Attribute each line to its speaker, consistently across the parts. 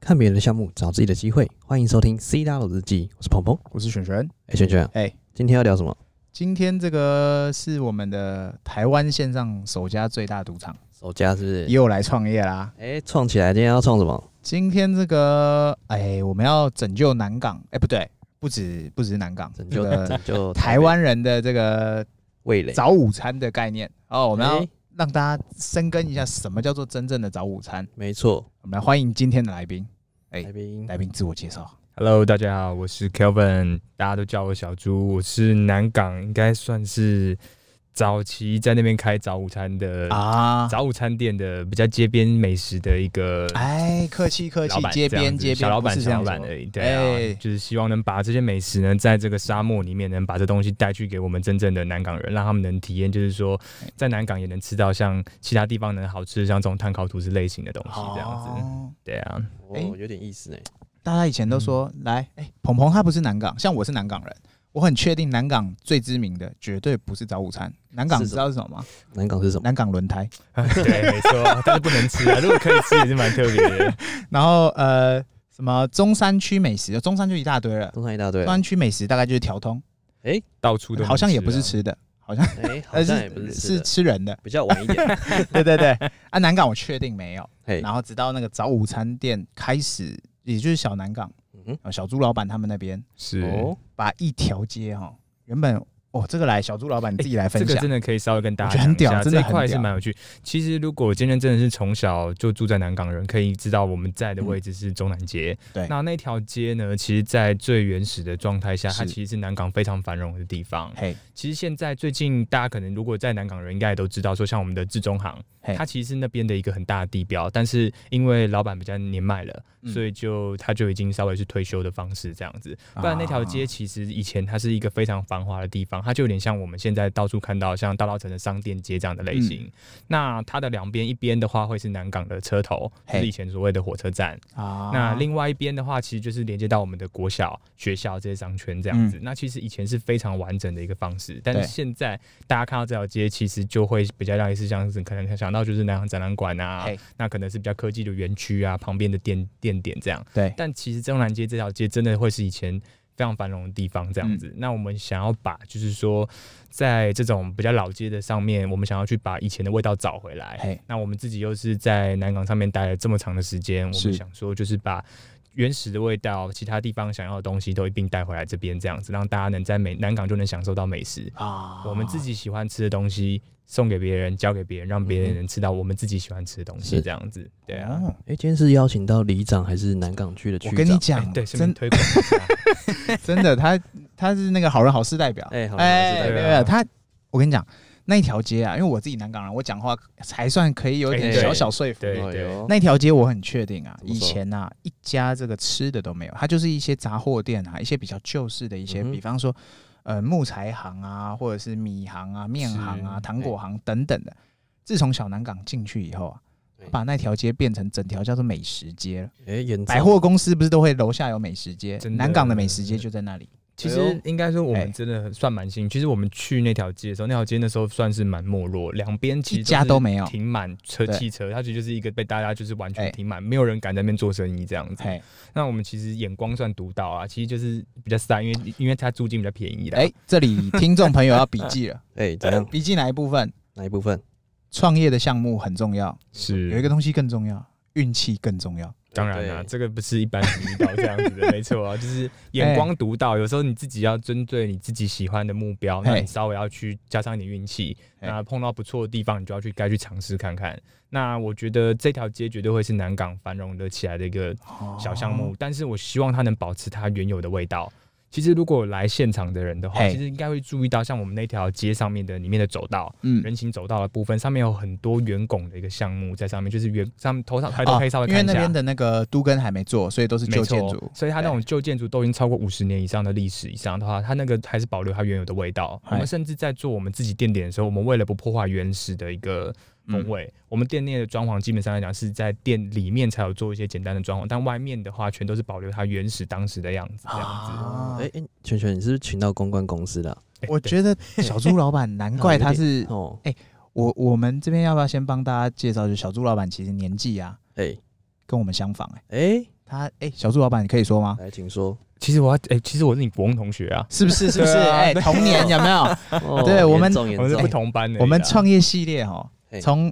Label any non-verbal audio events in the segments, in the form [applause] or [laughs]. Speaker 1: 看别人的项目，找自己的机会。欢迎收听《C 大佬日记》，我是鹏鹏。
Speaker 2: 我是璇璇。
Speaker 1: 哎、圈圈，
Speaker 2: 哎、
Speaker 1: 今天要聊什么？
Speaker 2: 今天这个是我们的台湾线上首家最大赌场
Speaker 1: 手家是不是？
Speaker 2: 又来创业啦。
Speaker 1: 哎，创、起来！今天要创什么？
Speaker 2: 今天这个，哎、我们要拯救南港，哎、不对，不止不止南港，
Speaker 1: 拯救
Speaker 2: 这个
Speaker 1: 拯救
Speaker 2: 台湾人的这个
Speaker 1: 味蕾。
Speaker 2: 早午餐的概念哦。我们要
Speaker 1: 哎
Speaker 2: 让大家深耕一下什么叫做真正的早午餐。
Speaker 1: 没错，
Speaker 2: 我们来欢迎今天的来宾，哎
Speaker 1: 来宾
Speaker 2: 来宾自我介绍。
Speaker 3: Hello，大家好，我是 Kelvin，大家都叫我小猪。我是南港，应该算是早期在那边开早午餐的、
Speaker 2: 啊，
Speaker 3: 早午餐店的，比较街边美食的一个
Speaker 2: 哎，客气客
Speaker 3: 老
Speaker 2: 气，
Speaker 3: 板这
Speaker 2: 街
Speaker 3: 样子，
Speaker 2: 边街边，
Speaker 3: 小老板
Speaker 2: 不是这
Speaker 3: 小
Speaker 2: 样
Speaker 3: 老板
Speaker 2: 说
Speaker 3: 而已。对啊，
Speaker 2: 哎
Speaker 3: 就是希望能把这些美食呢，在这个沙漠里面，能把这东西带去给我们真正的南港人，让他们能体验，就是说在南港也能吃到像其他地方能好吃的像这种碳烤吐司类型的东西，这样子。
Speaker 2: 哦
Speaker 3: 对啊，
Speaker 1: 哦
Speaker 2: 哎，
Speaker 1: 有点意思呢。
Speaker 2: 大家以前都说，
Speaker 1: 嗯
Speaker 2: 来，哎、鹏鹏他不是南港，像我是南港人，我很确定南港最知名的绝对不是早午餐。南港
Speaker 1: 是什么
Speaker 2: 知道是什么吗？
Speaker 1: 南港是什么？
Speaker 2: 南港轮胎。
Speaker 3: 对，没错，但是不能吃啊，如果可以吃也是蛮特别
Speaker 2: [laughs]
Speaker 3: 的。
Speaker 2: 然后呃，什么中山区美食，哦中山就一大堆了。
Speaker 1: 东山一大堆
Speaker 2: 中
Speaker 1: 啊。
Speaker 2: 山区美食大概就是调通，
Speaker 3: 到处都能
Speaker 2: 好像也
Speaker 3: 啊
Speaker 2: 不是，吃的，好像呃
Speaker 1: 哎、好像也不是吃
Speaker 2: 是
Speaker 1: 的，。
Speaker 2: 吃人的 [laughs]
Speaker 1: 比较晚一点。
Speaker 2: 对对对，啊，南港我确定没有。
Speaker 1: 嘿，
Speaker 2: 然后直到那个早午餐店开始，也就是小南港，
Speaker 1: 嗯哼
Speaker 2: 呃小朱老板他们那边，
Speaker 3: 是
Speaker 1: 哦，
Speaker 2: 把一条街哦，原本哦，这个来小朱老板你自己来
Speaker 3: 这
Speaker 2: 分
Speaker 1: 哎
Speaker 3: 个
Speaker 2: 享。
Speaker 3: 真的可以稍微跟大
Speaker 2: 我觉
Speaker 3: 家
Speaker 2: 得很
Speaker 3: 讲一下，
Speaker 2: 屌真的
Speaker 3: 这一
Speaker 2: 很
Speaker 3: 块是
Speaker 2: 屌
Speaker 3: 蛮有趣。其实如果今天真的是从小就住在南港的人，可以知道我们在的位置是中南街。
Speaker 2: 对
Speaker 3: 那那条街呢，其实，在最原始的状态下，它
Speaker 2: 是
Speaker 3: 其实是南港非常繁荣的地方。
Speaker 2: 嘿，
Speaker 3: 其实现在最近大家可能如果在南港人应该也都知道，说像我们的志中行
Speaker 2: 嘿，
Speaker 3: 它其实是那边的一个很大的地标，但是因为老板比较年迈了，
Speaker 2: 嗯
Speaker 3: 所以就他就已经稍微是退休的方式这样子。不然那条
Speaker 2: 啊
Speaker 3: 街其实以前它是一个非常繁华的地方，它就有点像我们现在到处看到像大稻城的商店街这样的类
Speaker 2: 嗯
Speaker 3: 型。那它的两边一边的话会是南港的车头，就
Speaker 2: 嘿
Speaker 3: 是以前所谓的火车站。
Speaker 2: 啊，
Speaker 3: 那另外一边的话，其实就是连接到我们的国小、学校这些商圈这样子。那其实以前是非常完整的一个方式，但是
Speaker 2: 嗯对
Speaker 3: 现在大家看到这条街，其实就会比较类似像是可能想到就是南洋展览馆啊
Speaker 2: 嘿，
Speaker 3: 那可能是比较科技的园区啊，旁边的店店点这样。
Speaker 2: 对
Speaker 3: 但其实中南街这条街真的会是以前非常繁荣的地方这样
Speaker 2: 嗯
Speaker 3: 子。那我们想要把就是说，在这种比较老街的上面，我们想要去把以前的味道找回
Speaker 2: 嘿
Speaker 3: 来。那我们自己又是在南港上面待了这么长的时间，我
Speaker 2: 是
Speaker 3: 们想说就是把。原始的味道，其他地方想要的东西都一并带回来这边，这样子让大家能在美南港就能享受到美食。
Speaker 2: 啊
Speaker 3: 我们自己喜欢吃的东西送给别人，交给别人，让别人能吃到我们自己喜欢吃的东西，
Speaker 1: 是
Speaker 3: 这样子。对啊，
Speaker 2: 嗯哦
Speaker 1: 哎、今天是邀请到里长还是南港区的区
Speaker 2: 我
Speaker 1: 长？
Speaker 2: 跟你讲，
Speaker 3: 哎对，顺便
Speaker 2: 真
Speaker 3: 推广一下。
Speaker 2: [laughs] 真的，他他是那个好人好事代表，
Speaker 1: 哎好人好事代
Speaker 2: 哎，
Speaker 3: 表
Speaker 2: 没有没有他，我跟你讲，那一条街啊，因为我自己南港人，我讲话还算可以有一点
Speaker 1: 哎对
Speaker 2: 小小说服力。
Speaker 3: 对对
Speaker 1: 哦
Speaker 2: 那一条街我很确定啊，
Speaker 1: 怎么
Speaker 2: 以
Speaker 1: 说
Speaker 2: 前啊一家这个吃的都没有，它就是一些杂货店啊，一些比较旧式的一些，
Speaker 1: 嗯哼
Speaker 2: 比方说呃木材行啊，或者是米行啊、面行啊、
Speaker 3: 是
Speaker 2: 糖果行等等的。自从小南港进去以后啊
Speaker 1: 对，
Speaker 2: 把那条街变成整条叫做美食街了。
Speaker 1: 哎，演
Speaker 2: 百货公司不是都会楼下有美食街，
Speaker 3: 真的
Speaker 2: 南港的美食街就在那里。
Speaker 3: 其
Speaker 1: 哎
Speaker 3: 实
Speaker 1: 呦
Speaker 3: 应该说，我
Speaker 2: 哎
Speaker 3: 们真的很算蛮幸运。其实我们去那条街的时候，那条街那时候算是蛮没落，两边其实
Speaker 2: 一家
Speaker 3: 是
Speaker 2: 都没有
Speaker 3: 停满车
Speaker 2: 对
Speaker 3: 汽车，它其实就是一个被大家就是完
Speaker 2: 哎
Speaker 3: 全停满，没有人敢在那边做生意这样子。
Speaker 2: 哎，
Speaker 3: 那我们其实眼光算独到啊，其实就是比较散，因为因为它租金比较便宜的。
Speaker 1: 啊
Speaker 2: 哎，这里听众朋友要笔记了， [laughs]
Speaker 1: 哎、怎样？
Speaker 2: 笔记哪一部分？
Speaker 1: 哪一部分？
Speaker 2: 创业的项目很重要，
Speaker 3: 是
Speaker 2: 有一个东西更重要，运气更重要。
Speaker 3: 当然啦、
Speaker 1: 对
Speaker 3: 这个不是一般人遇到这样子的，没错啊，就是眼
Speaker 2: 哎
Speaker 3: 光独到。有时候你自己要针对你自己喜欢的目标，那
Speaker 2: 哎
Speaker 3: 你稍微要去加上一点运气。
Speaker 2: 哎
Speaker 3: 那碰到不错的地方，你就要去该去尝试看看。那我觉得这条街绝对会是南港繁荣的起来的一个小项目，但是我希望它能保持它原有的味道。其实如果来现场的人的话，
Speaker 2: 哎
Speaker 3: 其实应该会注意到，像我们那条街上面的里面的走道，
Speaker 2: 嗯，
Speaker 3: 人行走道的部分，上面有很多圆拱的一个项目在上面，就是圆上面头上抬头可以稍
Speaker 2: 哦
Speaker 3: 微
Speaker 2: 啊因
Speaker 3: 看
Speaker 2: 为
Speaker 3: 一
Speaker 2: 那
Speaker 3: 下
Speaker 2: 边。的那个都根还没做，所以都是
Speaker 3: 没
Speaker 2: 旧建
Speaker 3: 错
Speaker 2: 筑，，
Speaker 3: 所以它那种旧建筑都已经超过五十年以上的历史以上的话，它那个还是保留它原有的味道。
Speaker 2: 哎
Speaker 3: 我们甚至在做我们自己店点的时候，我们为了不破坏原始的一个
Speaker 2: 嗯
Speaker 3: 风味，我们店内的装潢基本上来讲是在店里面才有做一些简单的装潢，但外面的话全都是保留它原始当时的样子。这样子，
Speaker 2: 啊
Speaker 1: 哎、哎、圈圈，你是不是请到公关公司的啊、
Speaker 3: 哎
Speaker 2: 我
Speaker 3: 对
Speaker 2: 觉得小朱老板，难怪他
Speaker 3: [laughs]
Speaker 2: 是
Speaker 1: 哦，
Speaker 2: 我。我们这边要不要先帮大家介绍？就小朱老板其实年纪啊，
Speaker 1: 哎
Speaker 2: 跟我们相仿哎、
Speaker 1: 哎，
Speaker 2: 他
Speaker 3: 啊
Speaker 2: 哎、小猪老板，你可以说吗？
Speaker 1: 来，请说。
Speaker 3: 其实我要，哎、其实我是你国文同学啊，
Speaker 2: 是不是？是不是？
Speaker 3: 对啊啊
Speaker 2: 哎、
Speaker 3: 对
Speaker 2: 童年有没有？
Speaker 1: 哦
Speaker 2: 对我们
Speaker 1: 严重严
Speaker 3: 我们是不
Speaker 1: 重，
Speaker 3: 同班的。
Speaker 2: 我们创业系列哈
Speaker 1: 嘿，
Speaker 2: 从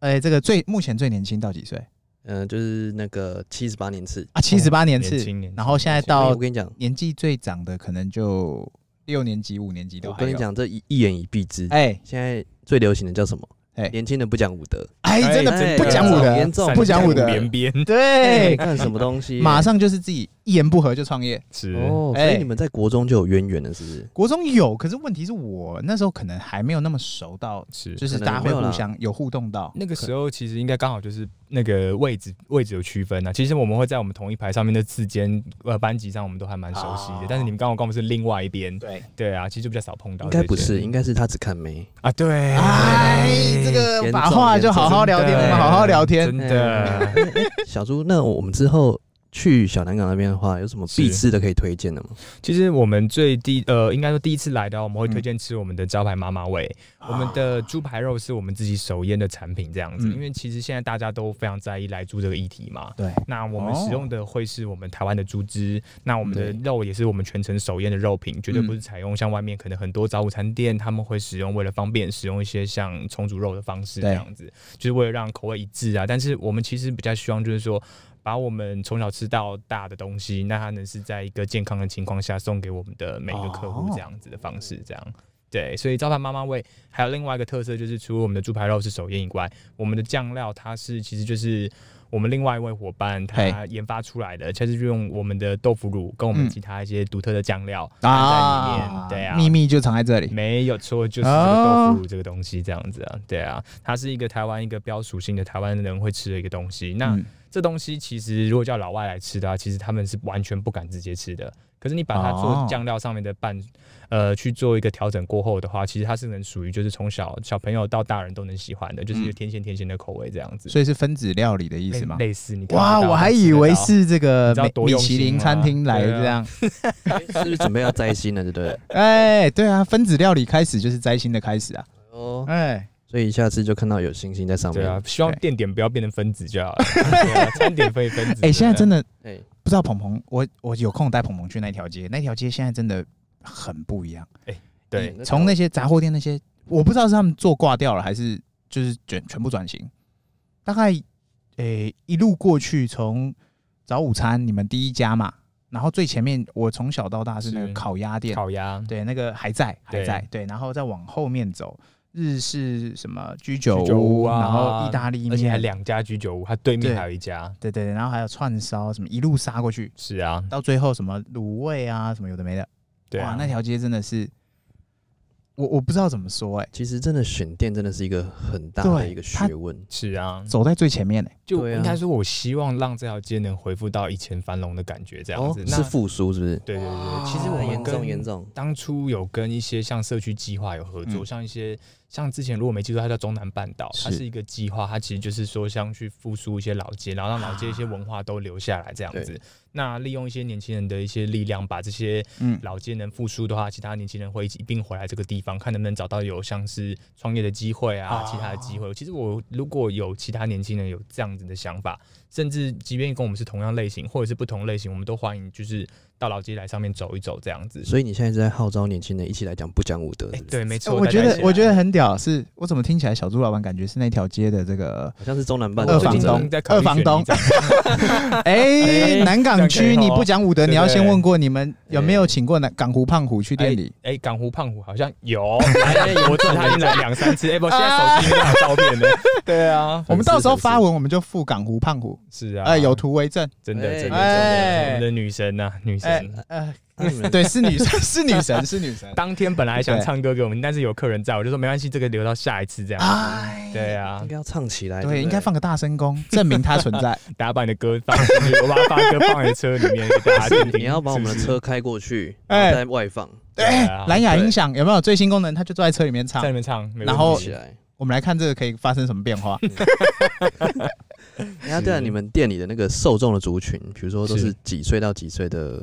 Speaker 2: 哎、这个最目前最年轻到几岁
Speaker 1: 嗯，就是那个七十八年次。
Speaker 2: 啊？七十八年
Speaker 3: 哦年
Speaker 2: 次，
Speaker 3: 轻年轻
Speaker 2: 然后现在
Speaker 1: 哎
Speaker 2: 到
Speaker 1: 我跟你讲，
Speaker 2: 年纪最长的可能就六年级、五年级都
Speaker 1: 我
Speaker 2: 还有。
Speaker 1: 跟你，讲，这一一言以蔽之。
Speaker 2: 哎
Speaker 1: 现在最流行的叫什么？
Speaker 2: 哎
Speaker 1: 年轻人不讲武德，
Speaker 2: 哎，真的
Speaker 3: 哎
Speaker 2: 不不讲武
Speaker 1: 哎
Speaker 2: 德
Speaker 1: 严，重
Speaker 2: 不讲武德
Speaker 3: 连边
Speaker 1: 哎，
Speaker 2: 对，
Speaker 1: 干什么东西？
Speaker 2: [laughs] 马上就是自己一言不合就创业。
Speaker 3: 是
Speaker 1: 哦，所
Speaker 2: 哎
Speaker 1: 以你们在国中就有渊源了，是不是？
Speaker 2: 国中有，可是问题是我那时候可能还没有那么熟到，
Speaker 3: 是
Speaker 2: 就是大家会互相有互动到。
Speaker 3: 那个时候其实应该刚好就是那个位置位置有区分啊。其实我们会在我们同一排上面的字间呃班级上，我们都还蛮熟悉的。
Speaker 2: 哦
Speaker 3: 但是你们刚好跟我们是另外一边，
Speaker 2: 对，
Speaker 3: 对啊，其实就比较少碰到。
Speaker 1: 应该不
Speaker 2: 嗯
Speaker 3: 对
Speaker 1: 是，应该是他只看妹。
Speaker 3: 啊，对，啊
Speaker 2: 哎，这
Speaker 1: 严重
Speaker 2: 个把话就好好聊天，
Speaker 3: 真
Speaker 2: 我
Speaker 3: 的
Speaker 2: 们好好聊天。
Speaker 3: 真的。
Speaker 2: [laughs]
Speaker 1: 小猪，那我们之后去小南港那边的话，有什么必吃的可以推荐的
Speaker 2: [laughs]
Speaker 1: 吗？
Speaker 3: 其实我们最第呃，应该说第一次来的话，我们会
Speaker 2: 嗯
Speaker 3: 推荐吃我们的招牌妈妈味。
Speaker 2: 啊
Speaker 3: 我们的猪排肉是我们自己手腌的产品，这样子。
Speaker 2: 嗯
Speaker 3: 因为其实现在大家都非常在意来猪这个议题嘛。
Speaker 2: 对，
Speaker 3: 那我
Speaker 2: 哦
Speaker 3: 们
Speaker 2: 嗯
Speaker 3: 使用的会是我们台湾的猪汁，那我们的
Speaker 1: 对
Speaker 3: 肉也是我们全程手腌的肉品，绝对不是采用像外面可能很多早午餐店他们会使用，为了方便使用一些像重组肉的方式
Speaker 2: 对
Speaker 3: 这样子，就是为了让口味一致啊。但是我们其实比较希望就是说。把我们从小吃到大的东西，那它能是在一个健康的情况下送给我们的每个客户
Speaker 2: 哦
Speaker 3: 这样子的方式，这样对。所以招牌妈妈味还有另外一个特色就是，除了我们的猪排肉是手腌以外，我们的酱料它是其实就是我们另外一位伙伴他研发出来的，就是用我们的豆腐乳跟我们
Speaker 2: 嗯
Speaker 3: 其他一些独特的酱料放在里面，
Speaker 2: 啊，
Speaker 3: 对啊，
Speaker 2: 秘密就藏在这里。
Speaker 3: 没有错，就是这个豆腐乳这个东西这样子啊，对啊，它是一个台湾一个标属性的台湾人会吃的一个东西。那、
Speaker 2: 嗯
Speaker 3: 这东西其实如果叫老外来吃的话，其实他们是完全不敢直接吃的。可是你把它
Speaker 2: 哦
Speaker 3: 做酱料上面的拌，呃，去做一个调整过后的话，其实它是能属于就是从小小朋友到大人都能喜欢的，就是有甜咸甜咸的口味这样子。
Speaker 2: 嗯所以是分子料理的意思吗？
Speaker 3: 类似你看得
Speaker 2: 哇，
Speaker 3: 到
Speaker 2: 我还
Speaker 3: 吃得
Speaker 2: 以为
Speaker 3: 到
Speaker 2: 是这个
Speaker 3: 你知道
Speaker 2: 米
Speaker 3: 多
Speaker 2: 米
Speaker 3: 用
Speaker 2: 其
Speaker 3: 心
Speaker 2: 林
Speaker 3: 吗
Speaker 2: 餐厅来
Speaker 3: 对啊
Speaker 2: 这样。
Speaker 1: 是不是准备要摘星了，对不对？
Speaker 2: 哎，对啊，分子料理开始就是摘星的开始啊。
Speaker 1: 哦，
Speaker 2: 哎，
Speaker 1: 所以下次就看到有星星在上
Speaker 3: 对
Speaker 1: 面。
Speaker 3: 啊，希望
Speaker 2: 对
Speaker 3: 店点不要变成分子就
Speaker 2: [laughs]
Speaker 3: 好了，对啊餐点分一分子。
Speaker 2: 哎，现在真
Speaker 3: 的
Speaker 2: 的
Speaker 1: 哎，
Speaker 2: 不知道鹏鹏，我我有空带鹏鹏去那条街，那条街现在真的很不一样。
Speaker 3: 对
Speaker 1: 嗯
Speaker 2: 从那些杂货店那些，我不知道是他们做挂掉了，还是就是全全部转型。大概诶、一路过去，从早午餐你们第一家嘛，然后最前面我从小到大是那个
Speaker 3: 是
Speaker 2: 烤鸭店，
Speaker 3: 烤鸭，
Speaker 2: 对，那个还在还
Speaker 3: 对
Speaker 2: 在对，然后再往后面走，日式什么居酒
Speaker 3: 居酒屋啊
Speaker 2: 然后意大利面，
Speaker 3: 而且还两家居酒屋，它对面
Speaker 2: 对
Speaker 3: 还有一家。
Speaker 2: 对对，对然后还有串烧什么，一路杀过去，
Speaker 3: 是啊，
Speaker 2: 到最后什么卤味啊，什么有的没的，
Speaker 3: 对啊
Speaker 2: 哇，，那条街真的是，我我不知道怎么说哎、
Speaker 1: 其实真的选店真的是一个很大的
Speaker 2: 对
Speaker 1: 一个学问。
Speaker 3: 是啊，
Speaker 2: 走在最前面哎、
Speaker 3: 就
Speaker 1: 对啊
Speaker 3: 应该说，我希望让这条街能恢复到以前繁荣的感觉，这样
Speaker 1: 哦
Speaker 3: 子。，那
Speaker 1: 是复苏是不是？
Speaker 3: 对对对，其实
Speaker 1: 哦
Speaker 3: 我们
Speaker 1: 严重
Speaker 3: 跟
Speaker 1: 严重。
Speaker 3: 当初有跟一些像社区计划有合作，
Speaker 2: 嗯
Speaker 3: 像一些像之前如果没记错，它叫中南半岛，它
Speaker 2: 是
Speaker 3: 是一个计划，它其实就是说像去复苏一些老街，然后让老街一些文化都留下来这样子。那利用一些年轻人的一些力量，把这些
Speaker 2: 嗯，
Speaker 3: 老街能复苏的话，其他年轻人会一起一并回来这个地方，看能不能找到有像是创业的机会啊，
Speaker 2: 哦
Speaker 3: 其他的机会。其实我如果有其他年轻人有这样子的想法，甚至即便跟我们是同样类型或者是不同类型，我们都欢迎就是到老街来上面走一走这样子。
Speaker 1: 所以你现在是在号召年轻人一起来讲不讲武德，
Speaker 3: 哎、
Speaker 1: 是不是
Speaker 3: 对，没错，
Speaker 2: 我觉
Speaker 3: 大家一
Speaker 2: 得
Speaker 3: 起来
Speaker 2: 我觉得很屌，是我怎么听起来小猪老板感觉是那条街的这
Speaker 3: [laughs]
Speaker 2: 个
Speaker 1: 好像是中南半
Speaker 2: 二
Speaker 1: 岛
Speaker 3: 我最
Speaker 2: 房
Speaker 3: 近
Speaker 2: 东
Speaker 3: 在考虑
Speaker 2: 二房东
Speaker 3: 选里
Speaker 2: 哎、
Speaker 3: 哎
Speaker 2: 南港区你不讲武德，
Speaker 3: 这样可以哦
Speaker 2: 你要先问过你们有没有请过南港湖胖虎去店里？
Speaker 3: 哎、港湖胖虎好像
Speaker 2: [laughs]
Speaker 3: 有，哎我找他进来两三次，哎、不，现在手机里面有照
Speaker 2: [laughs]
Speaker 3: 片的，对啊，
Speaker 2: 我们到时候发文，我们就附港湖胖虎，
Speaker 3: 是啊，
Speaker 2: 哎、有图为证。
Speaker 3: 真的，
Speaker 1: 哎
Speaker 3: 真的，真的，
Speaker 2: 哎
Speaker 3: 我们的女神呐、啊女神。
Speaker 2: 哎、呃，
Speaker 1: 那你们
Speaker 2: [laughs] 对，是女神，是女神，是女
Speaker 3: [laughs]
Speaker 2: 神。
Speaker 3: 当天本来想
Speaker 2: 对
Speaker 3: 唱歌给我们，但是有客人在，我就说没关系，这个留到下一次这样子。
Speaker 2: 哎，
Speaker 3: 对啊
Speaker 1: 应，该要唱起来，
Speaker 2: 对，
Speaker 1: 不
Speaker 2: 应该放个大声公，证明它存在。
Speaker 3: 大家把你的歌放进去，我把它放歌放你的车里面给大家听听。
Speaker 1: 你要把我们的
Speaker 3: 是不是
Speaker 1: 车开过去，然
Speaker 2: 哎
Speaker 1: 后再外放
Speaker 3: 对啊
Speaker 2: 蓝牙
Speaker 3: 对
Speaker 2: 音响有没有最新功能？它就坐在车里面唱
Speaker 3: 在。里面唱，没问题
Speaker 2: 然后
Speaker 1: 起来。
Speaker 2: 我们来看这个可以发生什么变化。
Speaker 1: 哎呀，对啊，你们店里的那个受众的族群，比如说都
Speaker 3: 是
Speaker 1: 是几岁到几岁的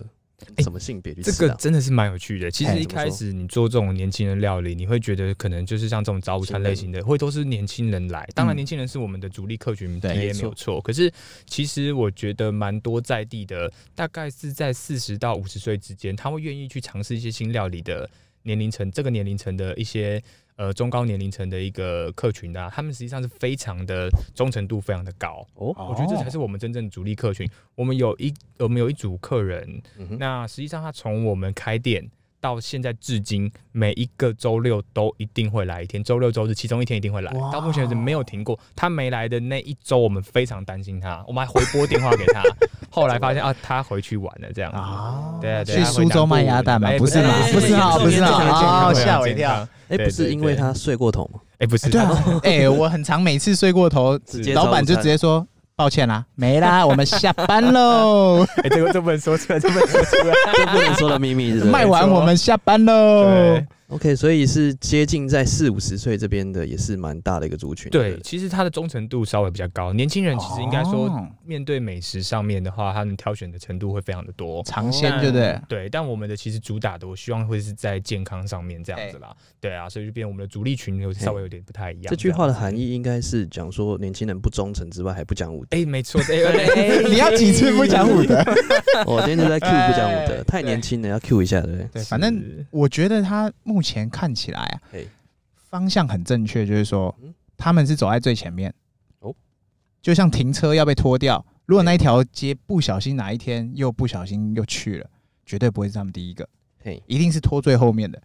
Speaker 3: 哎
Speaker 1: 什么性别去
Speaker 3: 这
Speaker 1: 吃
Speaker 3: 个
Speaker 1: 啊？
Speaker 3: 真的是蛮有趣的。其
Speaker 1: 哎
Speaker 3: 实一
Speaker 1: 怎么
Speaker 3: 开
Speaker 1: 说
Speaker 3: 始你做这种年轻人料理，你会觉得可能就是像这种早午餐类型的，会都是年轻人来。当然，
Speaker 2: 嗯
Speaker 3: 年轻人是我们的主力客群，
Speaker 2: 对
Speaker 3: 也
Speaker 1: 没
Speaker 3: 没有
Speaker 1: 错
Speaker 3: 错。可是其实我觉得蛮多在地的，大概是在四十到五十岁之间，他会愿意去尝试一些新料理的年龄层，这个年龄层的一些。呃，中高年龄层的一个客群啊，他们实际上是非常的忠诚度非常的高，
Speaker 1: 哦，
Speaker 3: 我觉得这才是我们真正主力客群。我们有一我们有一组客人，
Speaker 1: 嗯哼
Speaker 3: 那实际上他从我们开店到现在至今，每一个周六都一定会来一天，周六周日其中一天一定会来
Speaker 2: 哇，
Speaker 3: 到目前为止没有停过。他没来的那一周，我们非常担心他，我们还回拨电话给他，后来发现啊，他回去玩了这样子。
Speaker 2: 啊，
Speaker 3: 对啊对啊
Speaker 2: 去苏州卖鸭蛋嘛
Speaker 3: 哎，
Speaker 2: 不是嘛
Speaker 1: 哎？
Speaker 2: 不是啊，
Speaker 1: 哎
Speaker 2: 不是
Speaker 1: 哎哎
Speaker 2: 啊，哦
Speaker 3: 非常健康
Speaker 2: 吓我一跳。
Speaker 1: 哎，
Speaker 3: 对
Speaker 1: 不是
Speaker 3: 对
Speaker 1: 因为
Speaker 3: 对
Speaker 1: 他睡过头吗？
Speaker 3: 哎，不是，
Speaker 2: 对啊，哎，我很常每次睡过头
Speaker 1: 直接，
Speaker 2: 老板就
Speaker 1: 早午餐
Speaker 2: 直接说抱歉啦，没 [laughs] 啦，我们下班喽，
Speaker 3: 哎，这个这不能说出来，这不能说出来。
Speaker 1: 这不能说的秘密是不是
Speaker 2: 卖完我们下班喽
Speaker 3: 对。
Speaker 1: OK，所以是接近在四五十岁这边的，也是蛮大的一个族群。
Speaker 3: 对，，其实他的忠诚度稍微比较高，年轻人其实应该说，
Speaker 2: 哦
Speaker 3: 面对美食上面的话，他们挑选的程度会非常的多。
Speaker 2: 尝
Speaker 3: 哦
Speaker 2: 鲜，对不对？
Speaker 3: 对，但我们的其实主打的，我希望会是在健康上面这样子啦。对啊，所以就变我们的主力群有稍微有点不太一样。
Speaker 1: 这句话的
Speaker 3: 样子
Speaker 1: 含，义应该是讲说年轻人不忠诚之外还不讲武德。
Speaker 3: 哎、没错，哎、
Speaker 1: [laughs]
Speaker 3: 哎哎哎
Speaker 2: 你要几次不讲武德？
Speaker 1: 我哦今天
Speaker 3: [laughs]
Speaker 1: 就在 Q 不讲武
Speaker 2: 哎
Speaker 1: 德，太年轻了，要 Q 一下，对不对？
Speaker 2: 对，反正
Speaker 3: 是
Speaker 2: 我觉得他目前看起来啊
Speaker 1: 嘿，
Speaker 2: 方向很正确，就是说
Speaker 1: 嗯
Speaker 2: 他们是走在最前
Speaker 1: 哦
Speaker 2: 面。就像停车要被拖掉，如果那一条街不小心哪一天又不小心又去了，绝对不会是他们第一个，
Speaker 1: 嘿，
Speaker 2: 一定是拖最后面的。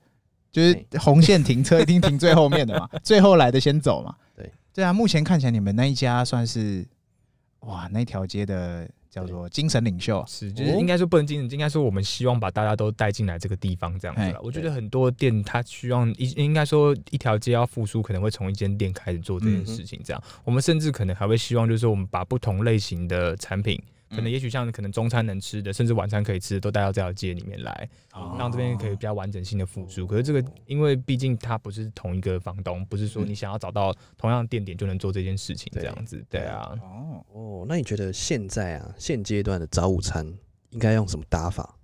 Speaker 2: 就是
Speaker 1: 嘿
Speaker 2: 红线停车一定停最后面
Speaker 1: [laughs]
Speaker 2: 的嘛，最后来的先走嘛。
Speaker 1: 对
Speaker 2: 对啊，目前看起来你们那一家算是哇，那条街的叫做精神领袖啊。
Speaker 3: 是，就是应该说不能禁止，应该说我们希望把大家都带进来这个地方这样子
Speaker 2: 哎
Speaker 3: 啦。我觉得很多店它希望一应该说一条街要复苏，可能会从一间店开始做这件事情这样。我们甚至可能还会希望，就是说我们把不同类型的产品。可能也许像可能中餐能吃的，甚至晚餐可以吃的，都带到这条街里面来，让这边可以比较完整性的复苏。可是这个，因为毕竟它不是同一个房东，不是说你想要找到同样的店点就能做这件事情这样子。嗯对啊，
Speaker 2: 哦，
Speaker 1: 哦，那你觉得现在啊，现阶段的早午餐应该用什么打法？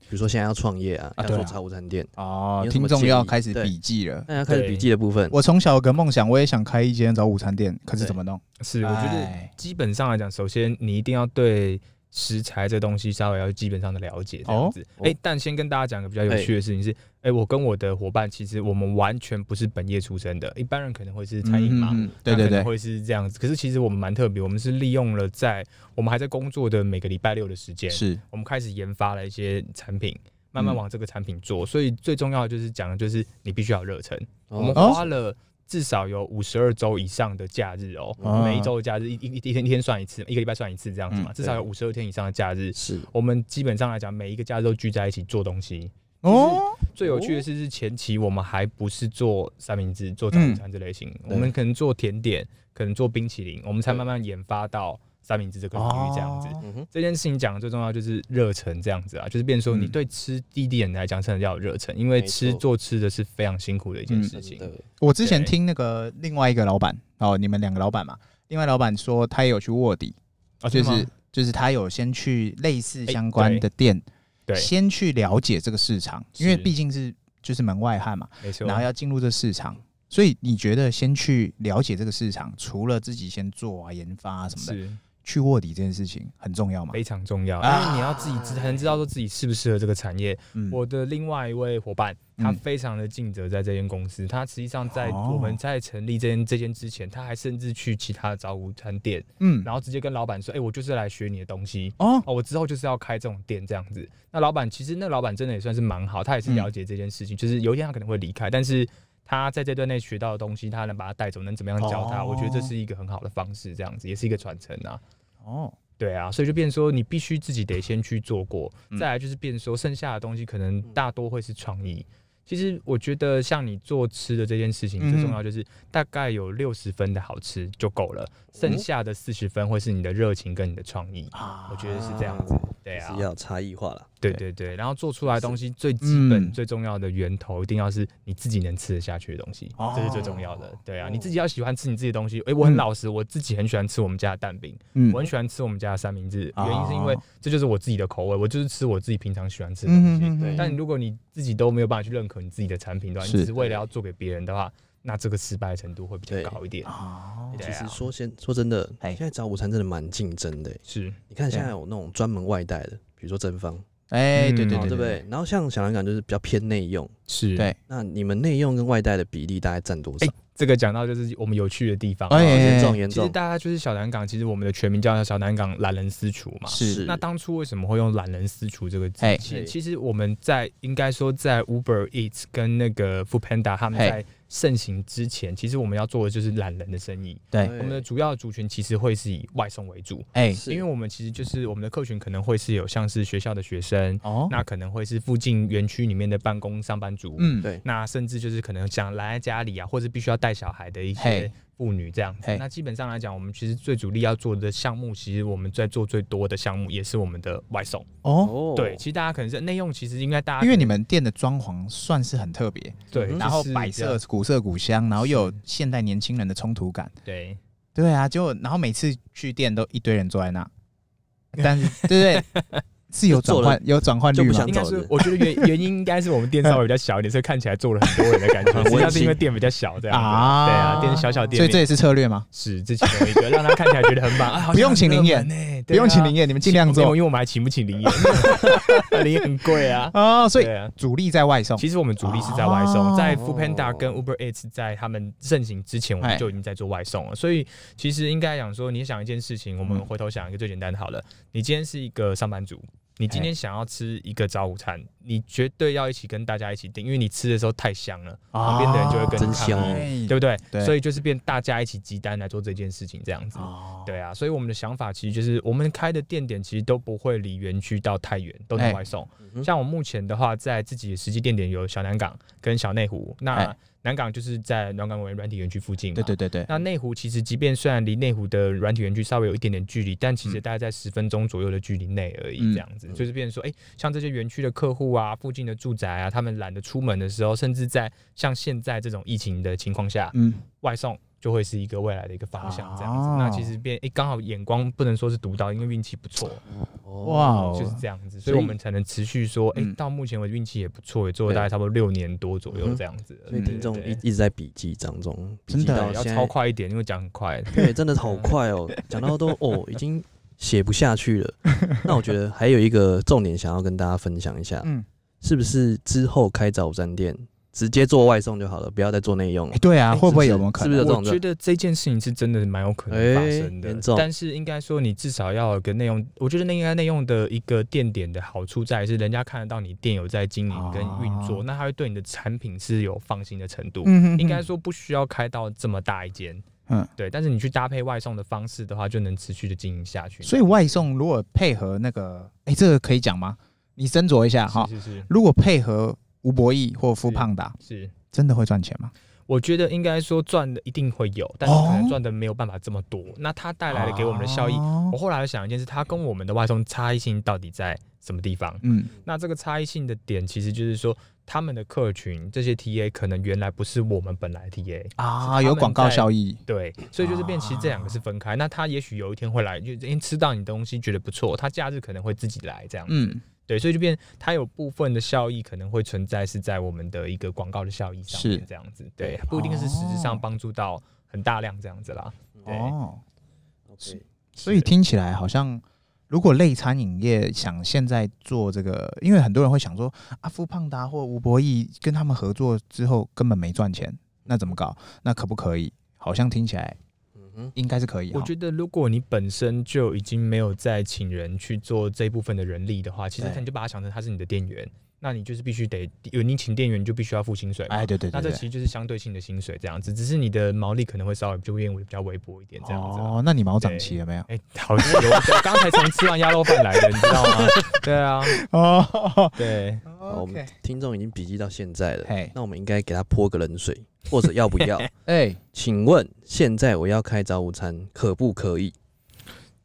Speaker 1: 比如说现在要创业啊，
Speaker 2: 啊
Speaker 1: 要
Speaker 2: 对啊
Speaker 1: 做早午餐店，
Speaker 2: 哦，
Speaker 1: 你有什
Speaker 2: 听
Speaker 1: 么
Speaker 2: 众又
Speaker 1: 建议
Speaker 2: 要开始
Speaker 1: 对
Speaker 2: 笔记了。
Speaker 1: 那要开始笔记的部分，
Speaker 2: 我从小有个梦想，我也想开一间早午餐店，可是
Speaker 1: 对
Speaker 2: 怎么弄？
Speaker 3: 是，我觉得
Speaker 2: 哎
Speaker 3: 基本上来讲，首先你一定要对食材这东西稍微要基本上的了解，这样子。哎、
Speaker 1: 哦
Speaker 3: 但先跟大家讲个比较有趣的事情是，哎、我跟我的伙伴其实我们完全不是本业出身的，一般人可能会是餐饮嘛。
Speaker 2: 嗯嗯嗯
Speaker 3: 那
Speaker 2: 对对
Speaker 3: 可
Speaker 2: 对，
Speaker 3: 能会是这样子。可是其实我们蛮特别，我们是利用了在我们还在工作的每个礼拜六的时间，
Speaker 2: 是
Speaker 3: 我们开始研发了一些产品，慢慢
Speaker 2: 嗯
Speaker 3: 往这个产品做。所以最重要的就是讲的就是你必须要有热忱。我们
Speaker 1: 哦
Speaker 3: 花了至少有五十二周以上的假日哦，
Speaker 2: 哦
Speaker 3: 每一周的假日一一一天一天算一次，一个礼拜算一次这样子嘛，至少有五十二天以上的假日。
Speaker 1: 是
Speaker 3: 我们基本上来讲，每一个假日都聚在一起做东西。
Speaker 2: 哦，
Speaker 3: 最有趣的是，是前期我们还不是做三明治、做早午餐这类型，我们可能做甜点，可能做冰淇淋，我们才慢慢研发到三明治这个领域这样子。
Speaker 2: 哦
Speaker 1: 嗯哼，
Speaker 3: 这件事情讲的最重要就是热忱这样子啊，就是变成说你
Speaker 2: 嗯
Speaker 3: 对吃第一点来讲，真的要有热忱，因为
Speaker 1: 没错
Speaker 3: 吃做吃的是非常辛苦的一件事情。
Speaker 1: 真的
Speaker 2: 我之前
Speaker 3: 对
Speaker 2: 听那个另外一个老板哦，你们两个老板嘛，另外老板说他也有去卧底，
Speaker 3: 啊
Speaker 2: 就
Speaker 3: 真的吗
Speaker 2: 是就是他有先去类似
Speaker 3: 哎
Speaker 2: 相关
Speaker 3: 对
Speaker 2: 的店，
Speaker 3: 对
Speaker 2: 先去了解这个市场，因为
Speaker 3: 是
Speaker 2: 毕竟是就是门外汉嘛，
Speaker 3: 没错，
Speaker 2: 然后要进入这市场。所以你觉得先去了解这个市场，除了自己先做啊、研发啊什么的，
Speaker 3: 是
Speaker 2: 去卧底这件事情很重要嘛？
Speaker 3: 非常重要，因
Speaker 2: 啊
Speaker 3: 为你要自己知才能知道说自己适不适合这个产业。
Speaker 2: 嗯
Speaker 3: 我的另外一位伙伴，他
Speaker 2: 嗯
Speaker 3: 非常的尽责在这间公司，他实际上在
Speaker 2: 哦
Speaker 3: 我们在成立这间这间之前，他还甚至去其他的早午餐店，
Speaker 2: 嗯
Speaker 3: 然后直接跟老板说：“哎，我就是来学你的东西。”
Speaker 2: 哦
Speaker 3: 哦，我之后就是要开这种店这样子。那老板其实那老板真的也算是蛮好，他
Speaker 2: 嗯
Speaker 3: 也是了解这件事情，就是有一天他可能会离开，但是他在这段内学到的东西，他能把它带走，能怎么样教他？
Speaker 2: 哦
Speaker 3: 我觉得这是一个很好的方式，这样子也是一个传承啊。
Speaker 2: 哦，
Speaker 3: 对啊，所以就变成说你必须自己得先去做过，
Speaker 2: 嗯
Speaker 3: 再来就是变成说剩下的东西可能大多会是创意。其实我觉得像你做吃的这件事情，
Speaker 2: 嗯
Speaker 3: 最重要就是大概有六十分的好吃
Speaker 2: 哦
Speaker 3: 就够了，剩下的四十分会是你的热情跟你的创意。
Speaker 2: 啊
Speaker 3: 我觉得是这样子，对啊
Speaker 1: 是，要差异化了。
Speaker 3: 对对对，然后做出来的东西最基
Speaker 2: 嗯
Speaker 3: 本、最重要的源头，一定要是你自己能吃得下去的东西，
Speaker 2: 哦
Speaker 3: 这是最重要的。对啊，
Speaker 1: 哦
Speaker 3: 你自己要喜欢吃你自己的东西。诶，我很老实，我自己很喜欢吃我们家的蛋饼，
Speaker 2: 嗯
Speaker 3: 我很喜欢吃我们家的三明治，
Speaker 2: 哦
Speaker 3: 原因是因为这就是我自己的口味，我就是吃我自己平常喜欢吃的
Speaker 2: 嗯
Speaker 3: 东西。
Speaker 1: 对
Speaker 3: 但如果你自己都没有办法去认可你自己的产品的话，你
Speaker 2: 是
Speaker 3: 只是为了要做给别人的话，那这个失败的程度会比较高一点。
Speaker 2: 啊
Speaker 3: 对
Speaker 1: 其实
Speaker 3: 啊
Speaker 1: 说先说真的，
Speaker 2: 哎
Speaker 1: 现在早午餐真的蛮竞争的欸。
Speaker 3: 是，
Speaker 1: 你看
Speaker 2: 对
Speaker 1: 现
Speaker 2: 啊
Speaker 1: 在有那种专门外带的，比如说正方，
Speaker 2: 哎，对对
Speaker 3: 嗯
Speaker 1: 对
Speaker 2: 对
Speaker 1: 不对？然后像小蓝港就是比较偏内用，
Speaker 3: 是
Speaker 2: 对，
Speaker 1: 那你们内用跟外带的比例大概占多少
Speaker 3: 哎？这个讲到就是我们有趣的地方。啊
Speaker 2: 哎
Speaker 1: 严重严
Speaker 3: 其实
Speaker 1: 重，
Speaker 3: 大家就是小南港，其实我们的全名叫小南港懒人私厨嘛。
Speaker 2: 是
Speaker 3: 那当初为什么会用“懒人私厨”这个字？
Speaker 2: 哎
Speaker 3: 其
Speaker 1: 对
Speaker 3: 其实我们在应该说在 Uber Eats 跟那个 Food Panda 他们
Speaker 2: 嘿
Speaker 3: 在盛行之前，其实我们要做的就是懒人的生意。
Speaker 2: 对，
Speaker 1: 对
Speaker 3: 我们的主要族群其实会是以外送为主，
Speaker 2: 哎，
Speaker 1: 是
Speaker 3: 因为我们其实就是我们的客群可能会是有像是学校的学生，
Speaker 2: 哦，
Speaker 3: 那可能会是附近园区里面的办公上班族，
Speaker 2: 嗯，
Speaker 1: 对
Speaker 3: 那甚至就是可能想来在家里啊，或是必须要带小孩的一些
Speaker 2: 嘿
Speaker 3: 妇女这样子
Speaker 2: 嘿。
Speaker 3: 那基本上来讲，我们其实最主力要做的项目，其实我们在做最多的项目也是我们的外送。
Speaker 2: 哦，
Speaker 1: 哦
Speaker 3: 对，其实大家可能是内用，其实应该大家
Speaker 2: 因为你们店的装潢算是很特别，
Speaker 3: 对，
Speaker 1: 嗯
Speaker 3: 就是
Speaker 2: 然后摆
Speaker 3: 这
Speaker 2: 设
Speaker 3: 样
Speaker 2: 古色古香，然后又有现代年轻人的冲突感。
Speaker 3: 对
Speaker 2: 对啊，就然后每次去店都一堆人坐在
Speaker 3: [laughs]
Speaker 2: 那，但是对不对？是有转
Speaker 1: 就坐了
Speaker 2: 换有转换
Speaker 1: 就
Speaker 2: 率
Speaker 1: 不
Speaker 2: 吗
Speaker 1: 想
Speaker 3: 应？
Speaker 1: 走
Speaker 3: 该
Speaker 1: 的
Speaker 3: 是，我觉得原原因应该是我们店稍微比较小一点，所以看起来坐了很多人的感觉。
Speaker 2: [laughs]
Speaker 3: 实际上是因为店比较小这样子，
Speaker 2: 啊
Speaker 3: 对啊，店是小小店
Speaker 2: 所以
Speaker 3: 面，
Speaker 2: 这也是策略吗？
Speaker 3: 是之前有一个让他看起来觉得很满，啊好像
Speaker 2: 不用请
Speaker 3: 很热
Speaker 2: 灵眼
Speaker 3: 门欸
Speaker 2: 不
Speaker 3: 对啊
Speaker 2: 用请林业，你们尽量
Speaker 3: 没有
Speaker 2: 做
Speaker 3: 因为我们还请不起零 [laughs] 演，零演很贵啊。
Speaker 2: 哦。所以
Speaker 3: 对啊，
Speaker 2: 主力在外送，
Speaker 3: 其实我们主力是在外送，
Speaker 2: 哦
Speaker 3: 在 Foodpanda 跟 Uber Eats 在他们盛行之前，我
Speaker 2: 哎
Speaker 3: 们就已经在做外送了。所以其实应该讲说，你想一件事情，我们
Speaker 2: 嗯
Speaker 3: 回头想一个最简单的好了。你今天是一个上班族，你今天想要吃一个早午餐，你绝对要一起跟大家一起订，因为你吃的时候太香了，
Speaker 2: 啊
Speaker 3: 旁边的人就会跟
Speaker 1: 真
Speaker 3: 你
Speaker 1: 香
Speaker 3: 抗议，
Speaker 1: 哦
Speaker 2: 哎
Speaker 3: 对不对？
Speaker 2: 对
Speaker 3: 所以就是变大家一起集单来做这件事情，这样子。
Speaker 2: 哦，
Speaker 3: 对啊，所以我们的想法其实就是，我们开的店点其实都不会离园区到太远，都
Speaker 2: 哎
Speaker 3: 能外送。
Speaker 1: 嗯哼
Speaker 3: 像我目前的话，在自己的实际店点有小南港跟小内湖。那
Speaker 2: 哎
Speaker 3: 南港就是在南港文软体园区附近嘛。
Speaker 2: 对对对对，
Speaker 3: 那内湖其实，即便虽然离内湖的软体园区稍微有一点点距离，但其实大概在十分钟左右的距离内而
Speaker 2: 嗯
Speaker 3: 已，这样子。
Speaker 1: 嗯
Speaker 3: 就是变成说，哎、像这些园区的客户啊，附近的住宅啊，他们懒得出门的时候，甚至在像现在这种疫情的情况下，
Speaker 2: 嗯，
Speaker 3: 外送就会是一个未来的一个方向，这样子。
Speaker 2: 哦
Speaker 3: 那其实变诶，刚、好眼光不能说是独到，因为运气不错，
Speaker 2: 哇哦，
Speaker 3: 就是这样子，
Speaker 2: 所
Speaker 3: 所
Speaker 2: 以
Speaker 3: 以我们才能持续说，诶，
Speaker 2: 嗯
Speaker 3: 到目前为止运气也不错，也做了大概差不多六年多左右这样子。
Speaker 1: 所以
Speaker 3: 对
Speaker 1: 听众
Speaker 3: 对
Speaker 1: 一一直在笔记当中，笔
Speaker 2: 真
Speaker 1: 记
Speaker 2: 的
Speaker 1: 到
Speaker 3: 对要
Speaker 1: 现
Speaker 3: 超
Speaker 1: 在，
Speaker 3: 快一点，因为讲很快。
Speaker 1: [laughs] 对，真的好快哦，讲到都哦，已经写不下去
Speaker 3: [laughs]
Speaker 1: 了。那我觉得还有一个重点想要跟大家分享一下，
Speaker 2: 嗯，
Speaker 1: 是不是之后开早餐店直接做外送就好了，不要再做内用了
Speaker 2: 哎？对啊，
Speaker 1: 哎
Speaker 2: 会不会
Speaker 1: 是不
Speaker 2: 有
Speaker 1: 是
Speaker 2: 没有可
Speaker 1: 是不是
Speaker 2: 能？
Speaker 1: 有这
Speaker 3: 我
Speaker 1: 种
Speaker 3: 觉得这件事情是真的蛮有可能发生
Speaker 1: 诶
Speaker 3: 的
Speaker 1: 严重，
Speaker 3: 但是应该说你至少要有个内用，我觉得那应该内用的一个店点的好处在于是人家看得到你店有在经营跟运作，
Speaker 2: 哦
Speaker 3: 那他会对你的产品是有放心的程度。
Speaker 2: 嗯哼哼
Speaker 3: 应该说不需要开到这么大一间，
Speaker 2: 嗯
Speaker 3: 嗯，对。但是你去搭配外送的方式的话，就能持续的经营下去。
Speaker 2: 所以外送如果配合那个，哎，这个可以讲吗？你斟酌一下哈。
Speaker 3: 是是
Speaker 2: 如果配合吴博义或富
Speaker 3: 是
Speaker 2: 胖达，
Speaker 3: 是是，
Speaker 2: 真的会赚钱吗？
Speaker 3: 我觉得应该说赚的一定会有，但是可
Speaker 2: 哦
Speaker 3: 能赚的没有办法这么多。那它带来的给我们的效益，
Speaker 2: 哦
Speaker 3: 我后来想一件事，它跟我们的外送差异性到底在什么地方？
Speaker 2: 嗯，
Speaker 3: 那这个差异性的点，其实就是说他们的客群这些 TA 可能原来不是我们本来 TA，
Speaker 2: 啊，
Speaker 3: 是
Speaker 2: 有
Speaker 3: 他们
Speaker 2: 广告
Speaker 3: 在
Speaker 2: 效益，
Speaker 3: 对，所以就是变，其实这两个是分
Speaker 2: 啊
Speaker 3: 开。那他也许有一天会来，就因为吃到你东西觉得不错，他假日可能会自己来这样。
Speaker 2: 嗯，
Speaker 3: 对，所以就变它有部分的效益可能会存在是在我们的一个广告的效益上
Speaker 2: 是
Speaker 3: 面这样子，对，不一定是实质上帮助到很大量这样子啦。对，
Speaker 2: 哦，
Speaker 1: OK
Speaker 2: 所以听起来好像，如果类餐饮业想现在做这个，因为很多人会想说，阿富胖达或吴博义跟他们合作之后根本没赚钱，那怎么搞？那可不可以？好像听起来
Speaker 1: 嗯哼，
Speaker 2: 应该是可以。
Speaker 3: 我觉得如果你本身就已经没有在请人去做这部分的人力的话，其实
Speaker 2: 对
Speaker 3: 你就把它想成他是你的店员，那你就是必须得有你请店员你就必须要付薪水
Speaker 2: 得
Speaker 3: 嘛。
Speaker 2: 哎，对对
Speaker 3: 那
Speaker 2: 对
Speaker 3: 这
Speaker 2: 对
Speaker 3: 其实就是相对性的薪水这样子，只是你的毛利可能会稍微就变为比较微薄一点这样子啦。啊
Speaker 2: 哦，那你毛长齐了没有？
Speaker 3: 哎、好像 [laughs] 有，我刚才从吃完鸭肉饭来的，你知道吗？ [laughs] 对啊，
Speaker 2: 哦
Speaker 3: 对，啊
Speaker 1: 好，我们听众已经笔记到现在了
Speaker 2: 嘿，
Speaker 1: 那我们应该给他泼个冷水，或者要
Speaker 3: [laughs]
Speaker 1: 不要？
Speaker 2: 哎，
Speaker 3: [laughs]
Speaker 1: 请问现在我要开早午餐，可不可以？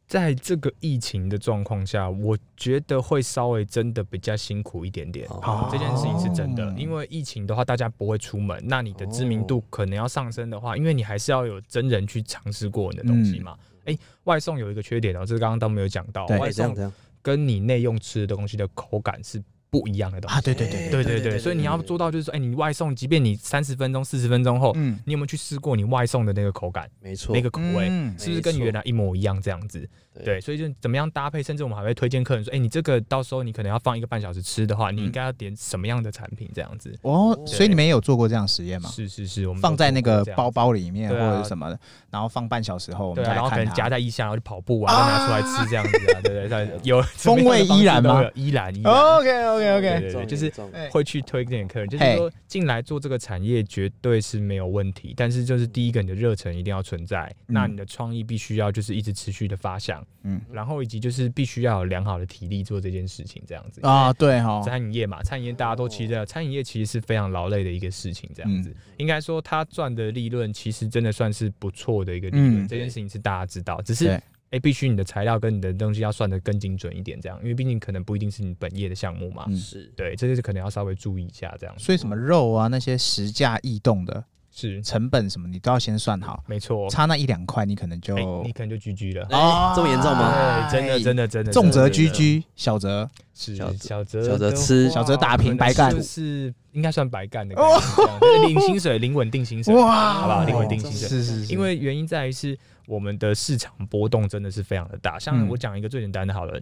Speaker 3: 在这个疫情的状况下，我觉得会稍微真的比较辛苦一点点。
Speaker 1: 哦
Speaker 3: 这件事情是真的
Speaker 2: 哦，
Speaker 3: 因为疫情的话，大家不会出门，那你的知名度可能要上升的话，因为你还是要有真人去尝试过你的东西嘛。哎、外送有一个缺点哦，这刚刚都没有讲到，
Speaker 2: 嗯对
Speaker 3: 外
Speaker 1: 哎这样
Speaker 3: 送
Speaker 1: 这样
Speaker 3: 跟你内用吃的东西的口感是不一样的东西。
Speaker 2: 啊，对对对
Speaker 3: 对对对，所以你要做到就是说，哎、你外送，即便你三十分钟、四十分钟后，
Speaker 2: 嗯，
Speaker 3: 你有没有去试过你外送的那个口感、
Speaker 1: 没错
Speaker 3: 那，个口味？
Speaker 2: 嗯
Speaker 3: 是不是跟
Speaker 1: 没错
Speaker 3: 原来一模一样这样子？
Speaker 1: 对
Speaker 3: 对，所以就怎么样搭配，甚至我们还会推荐客人说，哎、你这个到时候你可能要放一个半小时吃的话，
Speaker 2: 嗯
Speaker 3: 你应该要点什么样的产品这样子？
Speaker 2: 哦，
Speaker 1: 对
Speaker 2: 所以你们也有做过这样的实验吗？
Speaker 3: 是是是，我们
Speaker 2: 放在那个包
Speaker 3: 包，
Speaker 2: 包里面或
Speaker 3: 对啊
Speaker 2: 者是什么的，然后放半小时后我
Speaker 3: 对
Speaker 2: 们再
Speaker 3: 啊、
Speaker 2: 来
Speaker 3: 然后可
Speaker 2: 看
Speaker 3: 能夹
Speaker 2: 它。
Speaker 3: 在腋下，然后就跑步啊，然后拿出来吃这样子啊，对
Speaker 2: [laughs]
Speaker 3: 对对，有
Speaker 2: 风味依然吗？哦
Speaker 3: 依然依然。
Speaker 2: OK OK
Speaker 3: 对
Speaker 2: OK，
Speaker 3: 对对，就是
Speaker 2: 哎
Speaker 3: 会去推荐客人，就
Speaker 2: 嘿
Speaker 3: 是说进来做这个产业绝对是没有问题，但是就是第一个你的热忱一定要存在，那你的创意必须要就是一直持续的发想，
Speaker 2: 嗯
Speaker 3: 然后以及就是必须要有良好的体力做这件事情，这样子。
Speaker 2: 啊，对哈，
Speaker 3: 餐饮业嘛，餐饮业大家都其实，餐饮业其实是非常劳累的一个事情，这样子。
Speaker 2: 嗯
Speaker 3: 应该说，他赚的利润其实真的算是不错的一个利润，
Speaker 2: 嗯
Speaker 3: 这件事情是大家知道，只是
Speaker 2: 对
Speaker 3: 哎、诶必须你的材料跟你的东西要算的更精准一点，这样，因为毕竟可能不一定是你本业的项目嘛。
Speaker 2: 嗯
Speaker 1: 是
Speaker 3: 对，这就是可能要稍微注意一下，这样
Speaker 2: 所以什么肉啊那些实价异动的
Speaker 3: 是
Speaker 2: 成本什么，你都要先算好，
Speaker 3: 没错。
Speaker 2: 差那一两块你可能就
Speaker 3: 哎、你可能就 GG 了。
Speaker 2: 哦
Speaker 1: 哎这么严重吗？
Speaker 2: 哎
Speaker 3: 对，真的，真的，真的，
Speaker 2: 重则
Speaker 3: 真的真的
Speaker 2: GG，小则
Speaker 3: 是
Speaker 1: 小泽
Speaker 3: 小泽
Speaker 1: 小泽
Speaker 3: 的
Speaker 1: 吃
Speaker 3: 话
Speaker 2: 小泽打平
Speaker 3: 可能
Speaker 2: 白干
Speaker 3: 就是应该算白干的感
Speaker 2: [laughs]
Speaker 3: 觉这样，就是领薪水，领稳定薪水，
Speaker 2: 哇
Speaker 3: 好不好？领稳
Speaker 1: 哦
Speaker 3: 定
Speaker 1: 这
Speaker 3: 薪水，
Speaker 2: 是是是，
Speaker 3: 因为原因在于是我们的市场波动真的是非常的大。像
Speaker 2: 嗯
Speaker 3: 我讲一个最简单的好了，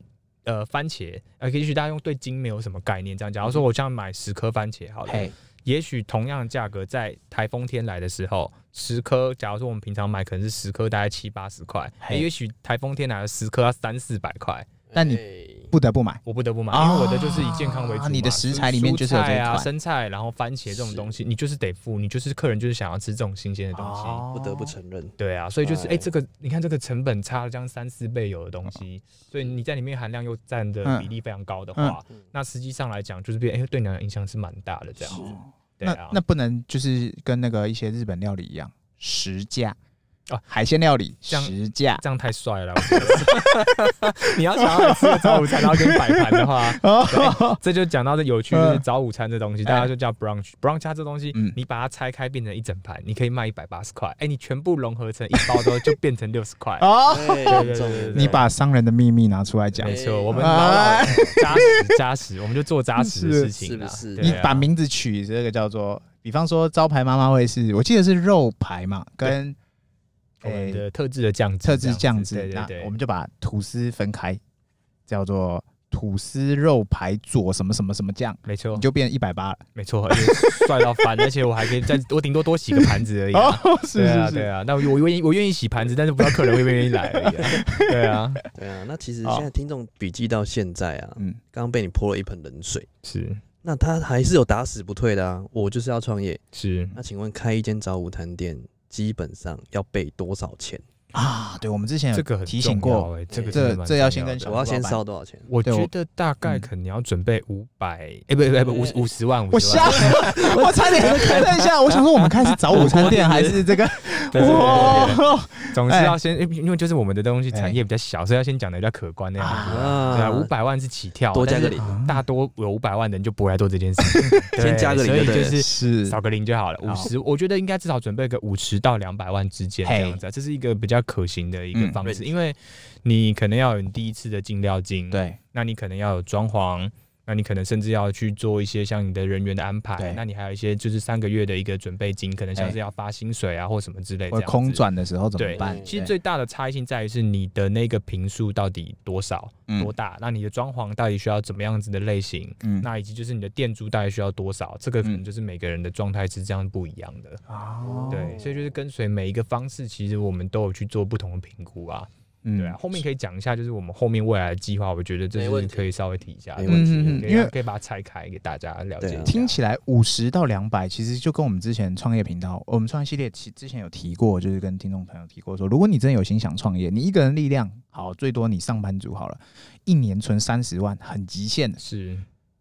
Speaker 3: 呃，番茄，呃，也许大家用对金没有什么概念，这样，假如说我这样买十颗番茄好
Speaker 2: 嗯
Speaker 3: 了，
Speaker 2: 嘿
Speaker 3: 也许同样的价格，在台风天来的时候，十颗，假如说我们平常买可能是十颗，大概七八十块，
Speaker 2: 嘿
Speaker 3: 也许台风天来了十颗要三四百块，
Speaker 2: 但你
Speaker 1: 哎
Speaker 2: 不得不买，
Speaker 3: 我不得不买，
Speaker 2: 啊
Speaker 3: 因为我的就是以健康为主嘛。
Speaker 2: 你的食材里面就是有
Speaker 3: 蔬
Speaker 2: 这一
Speaker 3: 菜啊、
Speaker 2: 款
Speaker 3: 生菜，然后番茄这种东西，你就是得付，你就是客人就是想要吃这种新鲜的东西。
Speaker 1: 哦不得不承认，
Speaker 3: 对啊，所以就是哎、
Speaker 1: 哎
Speaker 3: 这个你看这个成本差了将三四倍有的东西，所以你在里面含量又占的比例非常高的话，
Speaker 1: 嗯嗯
Speaker 3: 那实际上来讲就是变哎、对你的影响是蛮大的这样。
Speaker 1: 是
Speaker 3: 对啊
Speaker 2: 那，那不能就是跟那个一些日本料理一样，实价
Speaker 3: 哦
Speaker 2: 海鲜料理
Speaker 3: 像
Speaker 2: 实价
Speaker 3: 这样太帅了，我觉得 [laughs] 你要想要吃个早午餐，然后给你摆盘的话，对这就讲到这有趣，就是早午餐这东西，大家就叫 brunch。brunch 它这东西
Speaker 2: 嗯，
Speaker 3: 你把它拆开变成一整盘，你可以卖一百八十块。哎，你全部融合成一包之后，就变成六十块。
Speaker 2: 哦，
Speaker 1: 哎
Speaker 3: 对对对对
Speaker 2: 你把商人的秘密拿出来讲
Speaker 3: 没，错，我们
Speaker 2: 哎
Speaker 3: 老
Speaker 2: [laughs]
Speaker 3: 老的扎实扎实，我们就做扎实的事情啦。
Speaker 1: 是是不
Speaker 3: 对
Speaker 2: 你
Speaker 3: 啊
Speaker 2: 把名字取这个叫做，比方说招牌妈妈会是，我记得是肉排嘛，跟
Speaker 3: 我们
Speaker 2: 诶
Speaker 3: 的特制的酱汁，
Speaker 2: 哎特制酱
Speaker 3: 对
Speaker 2: 汁，
Speaker 3: 对
Speaker 2: 那
Speaker 3: 对，
Speaker 2: 我们就把吐司分开，叫做吐司肉排佐什么什么什么酱，
Speaker 3: 没错
Speaker 2: 你，就变一百八了。
Speaker 3: 没错，因为帅到翻，而且我还可以再我顶多多洗个盘子而已啊。
Speaker 2: 哦，是
Speaker 3: 对啊，
Speaker 2: 是
Speaker 3: 对
Speaker 2: 是，
Speaker 3: 啊，那我我愿意我愿意洗盘子，但是不知道客人会不会愿意来而已、啊。
Speaker 2: [laughs]
Speaker 3: 对啊，
Speaker 1: 对啊，那其实
Speaker 2: 好
Speaker 1: 现在听众笔记到现在啊，
Speaker 2: 嗯，
Speaker 1: 刚刚被你泼了一盆冷水，
Speaker 3: 是
Speaker 1: 那他还是有打死不退的啊！我就是要创业。
Speaker 3: 是，
Speaker 1: 那请问开一间早午餐店，基本上要备多少钱？
Speaker 2: 啊，对，我们之前有
Speaker 3: 这个很
Speaker 2: 提醒
Speaker 3: 重要
Speaker 2: 过，
Speaker 3: 欸这个
Speaker 1: 这
Speaker 3: 真的蛮
Speaker 2: 这要先
Speaker 3: 重
Speaker 2: 跟
Speaker 3: 的
Speaker 2: 小
Speaker 1: 我要先
Speaker 2: 老板
Speaker 1: 烧多少钱？
Speaker 3: 我
Speaker 2: 对我
Speaker 3: 觉得大概
Speaker 2: 嗯
Speaker 3: 可能要准备五百，哎，不不不，五五十万，
Speaker 2: 我
Speaker 3: 五十
Speaker 2: 吓
Speaker 3: 万，，
Speaker 2: [laughs] 我差点等一下，我想说我们开始找午餐店还是这个，
Speaker 3: [laughs] 对对对对对
Speaker 2: 哇，
Speaker 3: 总
Speaker 2: 哎
Speaker 3: 之要先，因为就是我们的东西产业比较小，所以要先讲的比较可观那样子啊。对啊，五百万是起跳，
Speaker 1: 多加
Speaker 3: 但
Speaker 1: 个
Speaker 3: 是
Speaker 1: 零，
Speaker 3: 大多有五百万的人就不会来做这件
Speaker 1: [laughs]
Speaker 3: 事情，对
Speaker 1: 先加个零
Speaker 3: 所以
Speaker 1: 就对
Speaker 3: 就
Speaker 1: 了
Speaker 3: 是
Speaker 2: 是
Speaker 3: 少个零就好了，
Speaker 2: 好
Speaker 3: 五十，我觉得应该至少准备个五十到两百万之间这样子啊，这是一个比较可行的一个
Speaker 2: 嗯
Speaker 3: 方
Speaker 1: range
Speaker 3: 式，因为你可能要有你第一次的进料金，，
Speaker 2: 对，
Speaker 3: 那你可能要有装潢，那你可能甚至要去做一些像你的人员的安排
Speaker 2: 对，
Speaker 3: 那你还有一些就是三个月的一个准备金，可能像
Speaker 2: 哎
Speaker 3: 是要发薪水啊或什么之类这
Speaker 2: 或
Speaker 3: 样
Speaker 2: 者
Speaker 3: 子
Speaker 2: 空。转的时候怎么
Speaker 3: 对
Speaker 2: 办？
Speaker 3: 其实
Speaker 2: 对
Speaker 3: 最大的差异性在于是你的那个平数到底多少、
Speaker 2: 嗯
Speaker 3: 多大，那你的装潢到底需要怎么样子的类型，
Speaker 2: 嗯
Speaker 3: 那以及就是你的店租大概需要多少，这个可
Speaker 2: 嗯
Speaker 3: 能就是每个人的状态是这样不一样的。
Speaker 2: 哦
Speaker 3: 对，所以就是跟随每一个方式，其实我们都有去做不同的评估啊。
Speaker 2: 嗯
Speaker 3: 对啊，后面可以讲一下，就是我们后面未来的计划，我觉得这
Speaker 1: 没问
Speaker 3: 是
Speaker 1: 题
Speaker 3: 可以稍微提一下的，
Speaker 1: 没问题
Speaker 2: 嗯嗯嗯
Speaker 3: 可
Speaker 2: 因为
Speaker 3: 以可以把它拆开给大家了解一
Speaker 1: 对
Speaker 3: 下
Speaker 1: 啊。
Speaker 2: 听起来五十到两百，其实就跟我们之前创业频道，我们创业系列其之前有提过，就是跟听众朋友提过说，如果你真的有心想创业，你一个人力量好，最多你上班族好了，一年存三十万很极限的。
Speaker 3: 是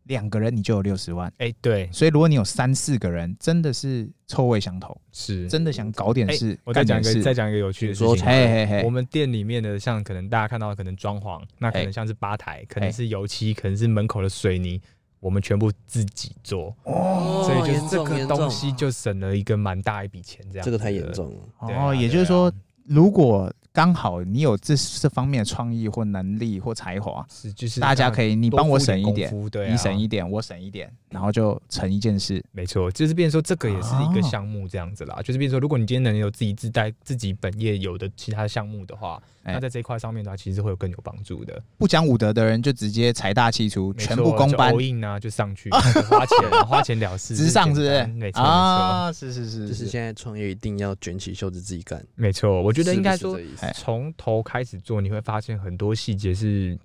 Speaker 2: 两个人你就有六十万。
Speaker 3: 哎、对，
Speaker 2: 所以如果你有三四个人，真的是臭味相投，
Speaker 3: 是。
Speaker 2: 真的想搞点
Speaker 3: 哎
Speaker 2: 事，
Speaker 3: 我再
Speaker 2: 干
Speaker 3: 讲
Speaker 2: 点
Speaker 3: 一个，再
Speaker 2: 事，
Speaker 3: 讲一个有趣的事
Speaker 1: 比如说
Speaker 3: 情。
Speaker 2: 嘿嘿嘿，
Speaker 3: 我们店里面的像可能大家看到的可能装潢，那可
Speaker 2: 哎
Speaker 3: 能像是吧台，可能是油漆，可能是门口的水泥，我们全部自己做，
Speaker 1: 哦
Speaker 3: 所以就是
Speaker 1: 严
Speaker 3: 这
Speaker 1: 重
Speaker 3: 个
Speaker 1: 严
Speaker 3: 东
Speaker 1: 重
Speaker 3: 西就省了一个蛮大一笔钱，这样
Speaker 1: 这个太
Speaker 3: 子
Speaker 1: 严
Speaker 3: 的。
Speaker 1: 重了。
Speaker 3: 对啊
Speaker 2: 哦，也就是说，，如果刚好你有这这方面的创意或能力或才华，
Speaker 3: 对啊是就是
Speaker 2: 大家可
Speaker 3: 以
Speaker 2: 以你帮我省一点，，
Speaker 3: 对啊，
Speaker 2: 你省一点，我省一点，然后就成一件事。
Speaker 3: 没错，就是变成说这个也是一个
Speaker 2: 哦
Speaker 3: 项目这样子啦。就是变成说，如果你今天能有自己自带自己本业有的其他项目的话，
Speaker 2: 哎
Speaker 3: 那在这一块上面的话，其实会有更有帮助的。
Speaker 2: 不讲武德的人就直接财大气粗，
Speaker 3: 没
Speaker 2: 全
Speaker 3: 错
Speaker 2: 部公
Speaker 3: 就
Speaker 2: 班
Speaker 3: all，in 啊，就上去花
Speaker 2: [laughs]
Speaker 3: 钱啊，花钱了事，
Speaker 2: 直上是不
Speaker 3: 最
Speaker 2: 是
Speaker 3: 简单？没错，没错，
Speaker 2: 啊，是是是，
Speaker 1: 就是
Speaker 2: 是
Speaker 1: 现在创业一定要卷起袖子自己干。
Speaker 3: 没错。我
Speaker 1: 我
Speaker 3: 觉得应该说，
Speaker 2: 哎
Speaker 3: 从头开始做，你会发现很多细节是。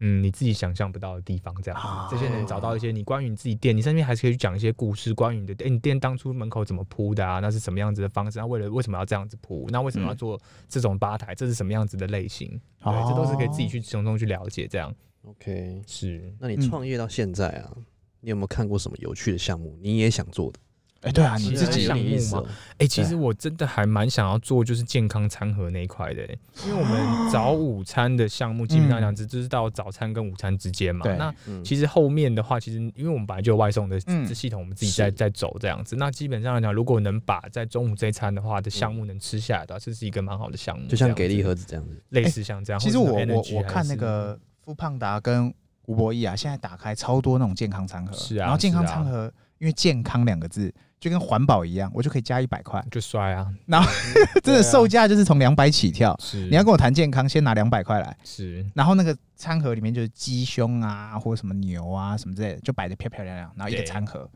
Speaker 3: 嗯，你自己想象不到的地方，这样子，
Speaker 2: 啊
Speaker 3: 这些人找到一些你关于你自己店，你身边还是可以去讲一些故事，关于你的，哎、你店当初门口怎么铺的啊？那是什么样子的方式？那为了为什么要这样子铺？那为什么要
Speaker 2: 嗯
Speaker 3: 做这种吧台？这是什么样子的类型？
Speaker 2: 哦
Speaker 3: 对，这都是可以自己去从中去了解，这样
Speaker 1: OK，
Speaker 3: 是
Speaker 1: 那你
Speaker 2: 嗯
Speaker 1: 创业到现在啊，你有没有看过什么有趣的项目？你也想做的？
Speaker 2: 哎，对啊，你
Speaker 3: 其
Speaker 2: 自
Speaker 3: 实
Speaker 2: 己
Speaker 1: 有
Speaker 3: 项目
Speaker 1: 点意思
Speaker 3: 嘛
Speaker 1: 哦。
Speaker 3: 哎、其实我真的还蛮想要做，就是健康餐盒那一块的、欸因为我们早午餐的项目基本上
Speaker 2: 哦嗯
Speaker 3: 两只就是到早餐跟午餐之间嘛。
Speaker 2: 对
Speaker 3: 那
Speaker 1: 嗯，
Speaker 3: 其实后面的话，其实因为我们本来就有外送的
Speaker 2: 嗯
Speaker 3: 这系统，我们自己在
Speaker 1: 是
Speaker 3: 在走这样子。那基本上来讲，如果能把在中午这一餐的
Speaker 2: 嗯
Speaker 3: 话的项目能吃下来的话，这是一个蛮好的项目。
Speaker 1: 就像
Speaker 3: 这
Speaker 1: 给
Speaker 3: 样子
Speaker 1: 力盒子这样子，
Speaker 3: 类似像这样。
Speaker 2: 哎其实
Speaker 3: 或
Speaker 2: 我
Speaker 3: 者是
Speaker 2: 我
Speaker 3: energy
Speaker 2: 我
Speaker 3: 还
Speaker 2: 看那
Speaker 3: 是
Speaker 2: 个富胖达跟吴博义啊，现在打开超多那种健康餐盒，
Speaker 3: 是啊
Speaker 2: 然后健康
Speaker 3: 是啊
Speaker 2: 餐盒、因为健康两个字就跟环保一样，我就可以加一百块，
Speaker 3: 就摔啊，
Speaker 2: [laughs] 真的售价就是从两百起跳。
Speaker 3: 是
Speaker 2: 你要跟我谈健康，先拿两百块来，
Speaker 3: 是
Speaker 2: 然后那个餐盒里面就是鸡胸啊，或者什么牛啊什么之类的，就摆的漂漂亮亮，然后一个
Speaker 3: 对
Speaker 2: 餐盒，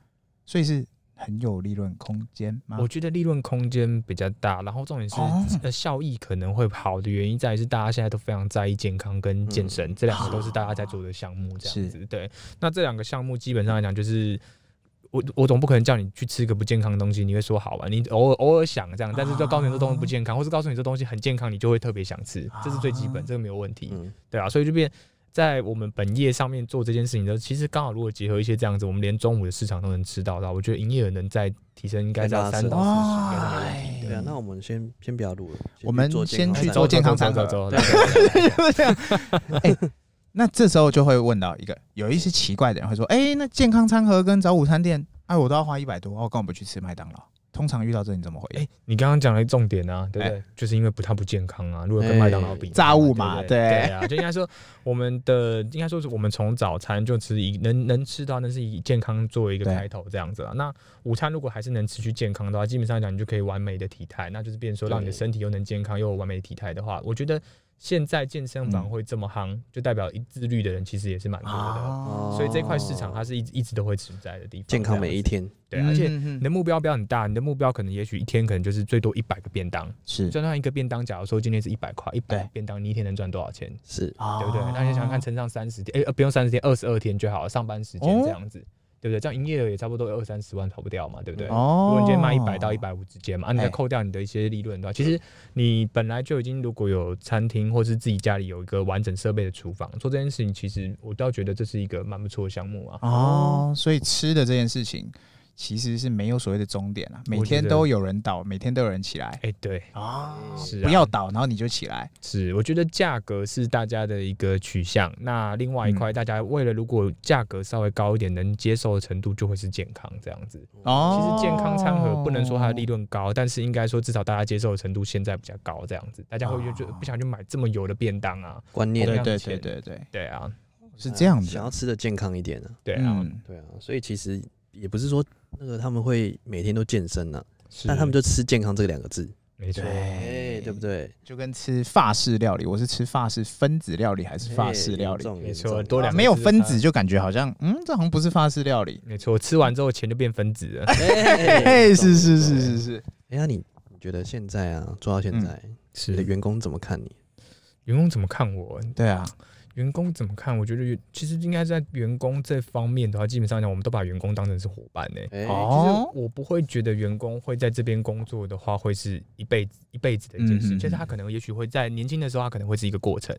Speaker 2: 所以是很有利润空间吗 [laughs]
Speaker 3: 我？觉得利润空间比较大，然后重点是、
Speaker 2: 哦
Speaker 3: 呃效益可能会好的原因在于是大家现在都非常在意健康跟健身，
Speaker 2: 嗯
Speaker 3: 这两个都是大家在做的项目，这样子。对，那这两个项目基本上来讲就是。我我总不可能叫你去吃个不健康的东西，你会说好吧？啊你偶尔偶尔想这样，但是就告诉你这东西不健康，或是告诉你这东西很健康，你就会特别想吃，这是最基
Speaker 2: 啊
Speaker 3: 本，这个没有问题。
Speaker 1: 嗯，
Speaker 3: 对啊，所以就变在我们本业上面做这件事情的时候，其实刚好如果结合一些这样子，我们连中午的市场都能吃到的话，我觉得营业额能再提升，应该在
Speaker 1: 再拉
Speaker 3: 三
Speaker 1: 升
Speaker 3: 到四十应该是没问题的。
Speaker 1: 对啊。那我们先先不要录了，先
Speaker 2: 我们
Speaker 1: 去做健康
Speaker 2: 先
Speaker 1: 餐
Speaker 2: 去做
Speaker 3: 走
Speaker 2: 健康餐盒
Speaker 3: 走走走走
Speaker 1: 对
Speaker 3: 走
Speaker 1: 对对对对
Speaker 2: 就是这样。哎、那这时候就会问到一个，有一些奇怪的人会说：“哎、那健康餐盒跟早午餐店，哎、我都要花一百多，我干嘛不去吃麦当劳？”通常遇到这你怎么回应？
Speaker 3: 哎，你刚刚讲了重点啊，对不对？就是因为不它不健康啊，如果跟麦当劳比
Speaker 2: 哎
Speaker 3: 的话，
Speaker 2: 炸物嘛
Speaker 3: 对不对
Speaker 2: 对
Speaker 3: 对啊，就应该说我们的应该说是我们从早餐就吃以能能吃到，那是以健康作为一个
Speaker 2: 对
Speaker 3: 开头这样子啊。那午餐如果还是能持续健康的话，基本上讲你就可以完美的体态，那就是变成说让你的
Speaker 1: 对
Speaker 3: 身体又能健康又有完美的体态的话，我觉得现在健身房
Speaker 2: 嗯
Speaker 3: 会这么夯，就代表一自律的人其实也是蛮多的。
Speaker 2: 啊
Speaker 3: 所以这块市场它是一直一直都会存在的地方，
Speaker 1: 健康
Speaker 3: 这样
Speaker 1: 每一
Speaker 3: 子
Speaker 1: 天，
Speaker 3: 对，啊而且
Speaker 2: 嗯嗯嗯
Speaker 3: 你的目标不要很大，你的目标可能也许一天可能就是最多一百个便当，
Speaker 2: 是
Speaker 3: 就算一个便当，假如说今天是一百块，一
Speaker 2: 对
Speaker 3: 百
Speaker 2: 哦
Speaker 3: 便当你一天能赚多少钱，
Speaker 1: 是
Speaker 3: 对不对？那你想想看，，乘上三十天，哎、呃不用三十天，二十二天就好了，上班时间
Speaker 2: 哦
Speaker 3: 这样子，对不对？这样营业额也差不多有二三十万，跑不掉嘛，对不对？
Speaker 2: 哦
Speaker 3: 如果你今天卖一百到一百五之间嘛，啊、你再
Speaker 2: 哎
Speaker 3: 扣掉你的一些利润的话，其实你本来就已经如果有餐厅或是自己家里有一个完整设备的厨房，做这件事情，其实我倒觉得这是一个蛮不错的项目啊。
Speaker 2: 哦，所以吃的这件事情其实是没有所谓的终点啊，每
Speaker 3: 我觉
Speaker 2: 天
Speaker 3: 得
Speaker 2: 都有人倒，每天都有人起来
Speaker 3: 哎、对，
Speaker 2: 啊
Speaker 3: 是啊
Speaker 2: 不要倒，然后你就起来，
Speaker 3: 是，我觉得价格是大家的一个取向。那另外一
Speaker 1: 嗯
Speaker 3: 块，大家为了如果价格稍微高一点，能接受的程度就会是健康这样子。其
Speaker 2: 哦，
Speaker 3: 实健康餐盒不能说它的
Speaker 1: 哦
Speaker 3: 利润高，但是应该说至少大家接受的程度现在比较高这样子。大家会就就
Speaker 2: 哦
Speaker 3: 不想去买这么油的便当啊。
Speaker 1: 观念
Speaker 2: 对
Speaker 1: 啊
Speaker 2: 对对对对，
Speaker 3: 对啊，
Speaker 2: 是这样
Speaker 1: 呃想
Speaker 2: 子
Speaker 1: 要，吃的健康一点啊。
Speaker 3: 对啊，
Speaker 2: 嗯，
Speaker 1: 对啊，所以其实也不是说那个他们会每天都健身呐、啊，
Speaker 3: 是
Speaker 1: 但他们就吃健康这两个字，
Speaker 3: 没错。
Speaker 1: 哎，对不对？
Speaker 2: 就跟吃法式料理，我是吃法式分子料理还是法
Speaker 1: 哎
Speaker 2: 式料理？
Speaker 3: 没错多
Speaker 2: 啊
Speaker 3: 两个
Speaker 2: 没有
Speaker 3: 字
Speaker 2: 分
Speaker 3: 它
Speaker 2: 子就感觉好像，嗯，这好像不是法式料理。
Speaker 3: 没错，吃完之后钱就变分子了。
Speaker 2: 嘿
Speaker 1: 哎
Speaker 2: [laughs] 嘿，是是是是。嗯是，
Speaker 1: 哎呀，那你你觉得现在啊，做到现在，你的
Speaker 3: 是
Speaker 1: 员工怎么看你？
Speaker 3: 员工怎么看我？
Speaker 2: 对啊，
Speaker 3: 员工怎么看？我觉得其实应该在员工这方面的话，基本上讲，我们都把员工当成是伙伴欸呢、
Speaker 1: 哎，
Speaker 2: 哦
Speaker 3: 其实我不会觉得员工会在这边工作的话，会是一辈子一辈子的一件
Speaker 2: 嗯嗯嗯
Speaker 3: 事情。就是他可能也许会在年轻的时候，他可能会是一个过程，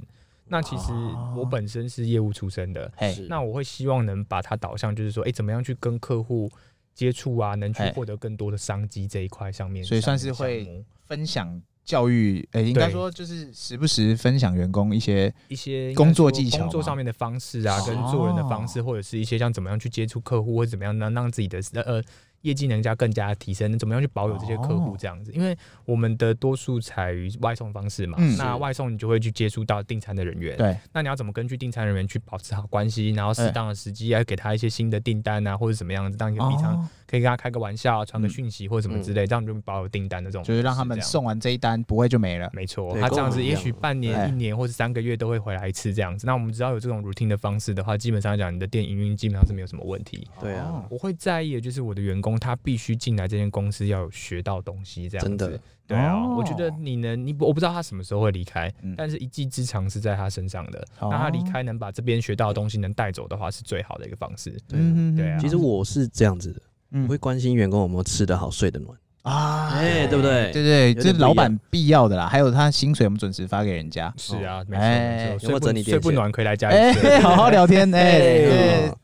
Speaker 3: 那其实
Speaker 2: 哦
Speaker 3: 我本身是业务出身的，
Speaker 2: 嘿，
Speaker 3: 那我会希望能把它导向，就是说，哎、怎么样去跟客户接触啊，能去
Speaker 2: 哎
Speaker 3: 获得更多的商机这一块上面，
Speaker 2: 所以算是
Speaker 3: 上
Speaker 2: 会
Speaker 3: 面的项目
Speaker 2: 分享教育，诶，应该
Speaker 3: 对
Speaker 2: 说就是时不时分享员工一些
Speaker 3: 一些应该
Speaker 2: 工作
Speaker 3: 说
Speaker 2: 技巧哦
Speaker 3: 工作
Speaker 2: 吗
Speaker 3: 上面的方式啊，
Speaker 2: 是
Speaker 3: 跟做人的方式，或者是一些像怎么样去接触客户，或者怎么样能让自己的呃呃业绩能加更加提升，怎么样去保有这些客户
Speaker 2: 哦
Speaker 3: 这样子。因为我们的多数采于外送方式嘛，
Speaker 2: 嗯
Speaker 3: 那外送你就会去接触到订餐的人员，
Speaker 2: 对，
Speaker 3: 那你要怎么根据订餐人员去保持好关系，然后适
Speaker 2: 哎
Speaker 3: 当的时机来给他一些新的订单啊，或者怎么样子，当一个平常
Speaker 2: 哦
Speaker 3: 可以跟他开个玩笑、啊，传个
Speaker 2: 嗯
Speaker 3: 讯息或者什么之类，这样就保有订单的这种，
Speaker 2: 就是让他们。送完这一单不会就没了。
Speaker 3: 没错，
Speaker 1: 对
Speaker 3: 他
Speaker 1: 跟
Speaker 3: 这
Speaker 1: 我
Speaker 3: 样
Speaker 1: 们
Speaker 3: 子，
Speaker 1: 一
Speaker 3: 也
Speaker 1: 样
Speaker 3: 许半
Speaker 2: 哎
Speaker 3: 年、一年或者三个月都会回来一次这样子。那我们只要有这种 routine 的方式的话，基本上讲你的店营运基本上是没有什么问题。
Speaker 1: 对
Speaker 2: 哦
Speaker 1: 啊，
Speaker 3: 我会在意的就是我的员工他必须进来这间公司要有学到东西，这样
Speaker 1: 真
Speaker 3: 子。
Speaker 1: 的，
Speaker 3: 对啊，
Speaker 2: 哦
Speaker 3: 我觉得你能，你我不知道他什么时候会离开，
Speaker 2: 嗯
Speaker 3: 但是啊一技之长是在他身上的。
Speaker 2: 哦
Speaker 3: 那他离开能把这边学到的东西能带走的话，是最好的一个方式。
Speaker 1: 对
Speaker 2: 嗯
Speaker 3: 对啊
Speaker 1: 其实我是这样子的，
Speaker 2: 嗯
Speaker 1: 我会关心员工有没有吃得好、睡得暖。
Speaker 2: 啊，
Speaker 1: 哎对不对
Speaker 2: 对对，
Speaker 1: 有点
Speaker 2: 这是
Speaker 1: 不一
Speaker 2: 老
Speaker 1: 样
Speaker 2: 板必要的啦。还有他薪水我们准时发给人家。
Speaker 3: 是
Speaker 1: 哦
Speaker 3: 啊，没错
Speaker 2: 哎
Speaker 3: 没错，
Speaker 1: 有没
Speaker 3: 睡
Speaker 1: 有
Speaker 3: 不
Speaker 1: 整理
Speaker 3: 睡
Speaker 1: 电
Speaker 3: 不
Speaker 1: 线
Speaker 3: 暖可以来家里
Speaker 2: 哎
Speaker 3: 睡。，
Speaker 2: [laughs] 好好
Speaker 1: [laughs]
Speaker 2: 聊天哎，
Speaker 1: 对
Speaker 2: 对
Speaker 1: 啊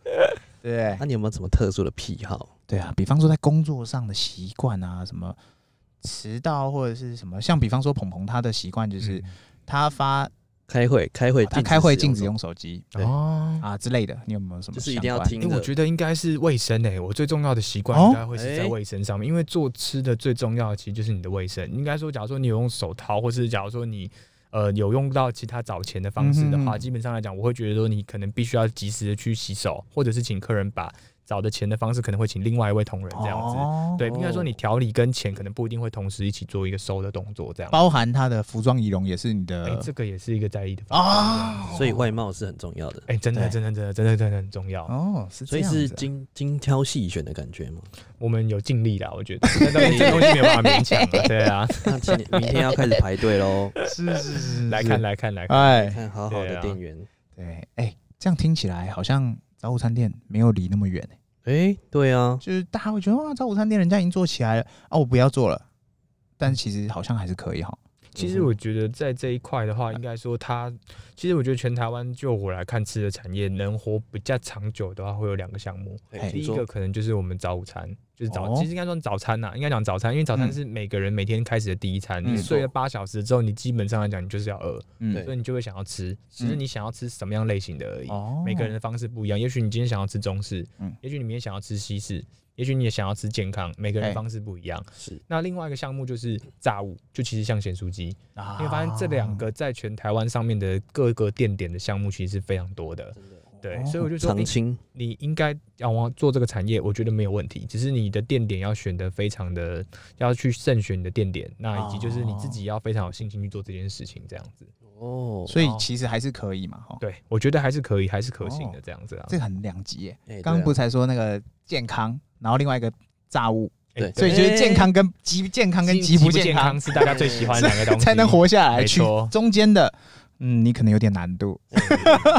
Speaker 2: 对
Speaker 1: 那你有没有什么特殊的癖好？
Speaker 2: 对啊，比方说在工作上的习惯啊，什么迟到或者是什么，像比方说鹏鹏他的习惯就是
Speaker 3: 嗯
Speaker 2: 他发
Speaker 1: 开会，开会，
Speaker 2: 哦他开会禁止
Speaker 1: 止
Speaker 2: 用手机
Speaker 1: 对
Speaker 3: 哦，
Speaker 2: 啊之类的，你有没有什
Speaker 1: 就
Speaker 2: 么相关？哎
Speaker 1: 是一定要听
Speaker 3: 因为我
Speaker 1: 着。
Speaker 3: 觉得应该是卫生诶、我最重要的习惯
Speaker 2: 哦
Speaker 3: 应该会是在
Speaker 1: 哎
Speaker 3: 卫生上面，因为做吃的最重要的其实就是你的卫生。应该说，假如说你有用手套，或是假如说你呃有用到其他找钱的方式的
Speaker 2: 嗯哼
Speaker 3: 话，
Speaker 2: 哼
Speaker 3: 基本上来讲，我会觉得说你可能必须要及时的去洗手，或者是请客人把找的钱的方式可能会请另外一位同仁这样子。
Speaker 2: 哦
Speaker 3: 对，应该说你调理跟钱可能不一定会同时一起做一个收的动作，这样。
Speaker 2: 包含他的服装仪容也是你
Speaker 3: 哎、
Speaker 2: 的
Speaker 3: 这个也是一个在意的方面。
Speaker 2: 啊，
Speaker 1: 所以外貌是很重要的，
Speaker 3: 哎、真的，
Speaker 2: 对
Speaker 3: 真的，真的，真的，真的很重要。
Speaker 2: 哦，是
Speaker 1: 所
Speaker 2: 这
Speaker 1: 以
Speaker 2: 样
Speaker 1: 是
Speaker 2: 子啊
Speaker 1: 精精挑细选的感觉吗？ [laughs]
Speaker 3: 我们有尽力啦，我觉得。但当然这东西没有办法勉强了，对啊。
Speaker 1: 那今年明天要开始排队喽，
Speaker 2: [laughs] 是是是
Speaker 3: 来看，来看来看，
Speaker 2: 哎，
Speaker 1: 看好好
Speaker 3: 对
Speaker 1: 的
Speaker 3: 啊
Speaker 1: 店员。
Speaker 2: 对，哎，这样听起来好像早午餐店没有离那么远，
Speaker 1: 哎，对啊，
Speaker 2: 就是大家会觉得哇，早午餐店人家已经做起来了啊，我不要做了，但其实好像还是可以哈。
Speaker 3: 其实我觉得在这一块的话，应该说它，其实我觉得全台湾就我来看吃的产业，能活比较长久的话，会有两个项目。
Speaker 1: 哎
Speaker 3: 第
Speaker 1: 请
Speaker 3: 一
Speaker 1: 说
Speaker 3: 个可能就是我们早午餐，就是早，
Speaker 2: 哦
Speaker 3: 其实应该算早餐啊呐、应该讲早餐，因为早餐
Speaker 2: 嗯
Speaker 3: 是每个人每天开始的第一餐。
Speaker 2: 嗯
Speaker 3: 你睡了八小时之后，你基本上来讲，你就是要饿，
Speaker 2: 嗯
Speaker 1: 对
Speaker 3: 所以你就会想要吃，只是
Speaker 2: 嗯
Speaker 3: 你想要吃什么样类型的而已。
Speaker 2: 哦
Speaker 3: 每个人的方式不一样。也许你今天想要吃中式，
Speaker 2: 嗯
Speaker 3: 也许你明天想要吃西式，也许你也想要吃健康，每个人
Speaker 2: 哎
Speaker 3: 的方式不一样。
Speaker 1: 是
Speaker 3: 那另外一个项目就是炸物，就其实像咸酥鸡，
Speaker 2: 啊
Speaker 3: 你会发现这两个在全台湾上面的各个店点的项目其实是非常多的。
Speaker 1: 真的
Speaker 3: 对
Speaker 2: 哦，
Speaker 3: 所以我就说
Speaker 1: 常
Speaker 3: 你
Speaker 1: 青，
Speaker 3: 你应该要往做这个产业，我觉得没有问题，只是你的店点要选的非常的，要去慎选你的店点，那以及就是你自己
Speaker 2: 哦
Speaker 3: 要非常有信心去做这件事情，这样子。
Speaker 1: 哦，
Speaker 2: 所以其实还是可以嘛哈。
Speaker 3: 对，我觉得还是可以，还是可行的这样子啊。
Speaker 2: 哦这个很两极耶。
Speaker 1: 以
Speaker 2: 刚刚不才说那个健康，然后另外一个炸物，
Speaker 3: 哎
Speaker 1: 对
Speaker 2: 所以就是
Speaker 1: 哎
Speaker 2: 健康跟极健康跟极不
Speaker 3: 不
Speaker 2: 健康
Speaker 3: 康是大家最喜欢的两个东西，
Speaker 2: 才能。 [laughs] 活下来。
Speaker 3: 没
Speaker 2: 去
Speaker 3: 错
Speaker 2: 中间的，嗯，你可能有点难度。
Speaker 1: 啊 [laughs]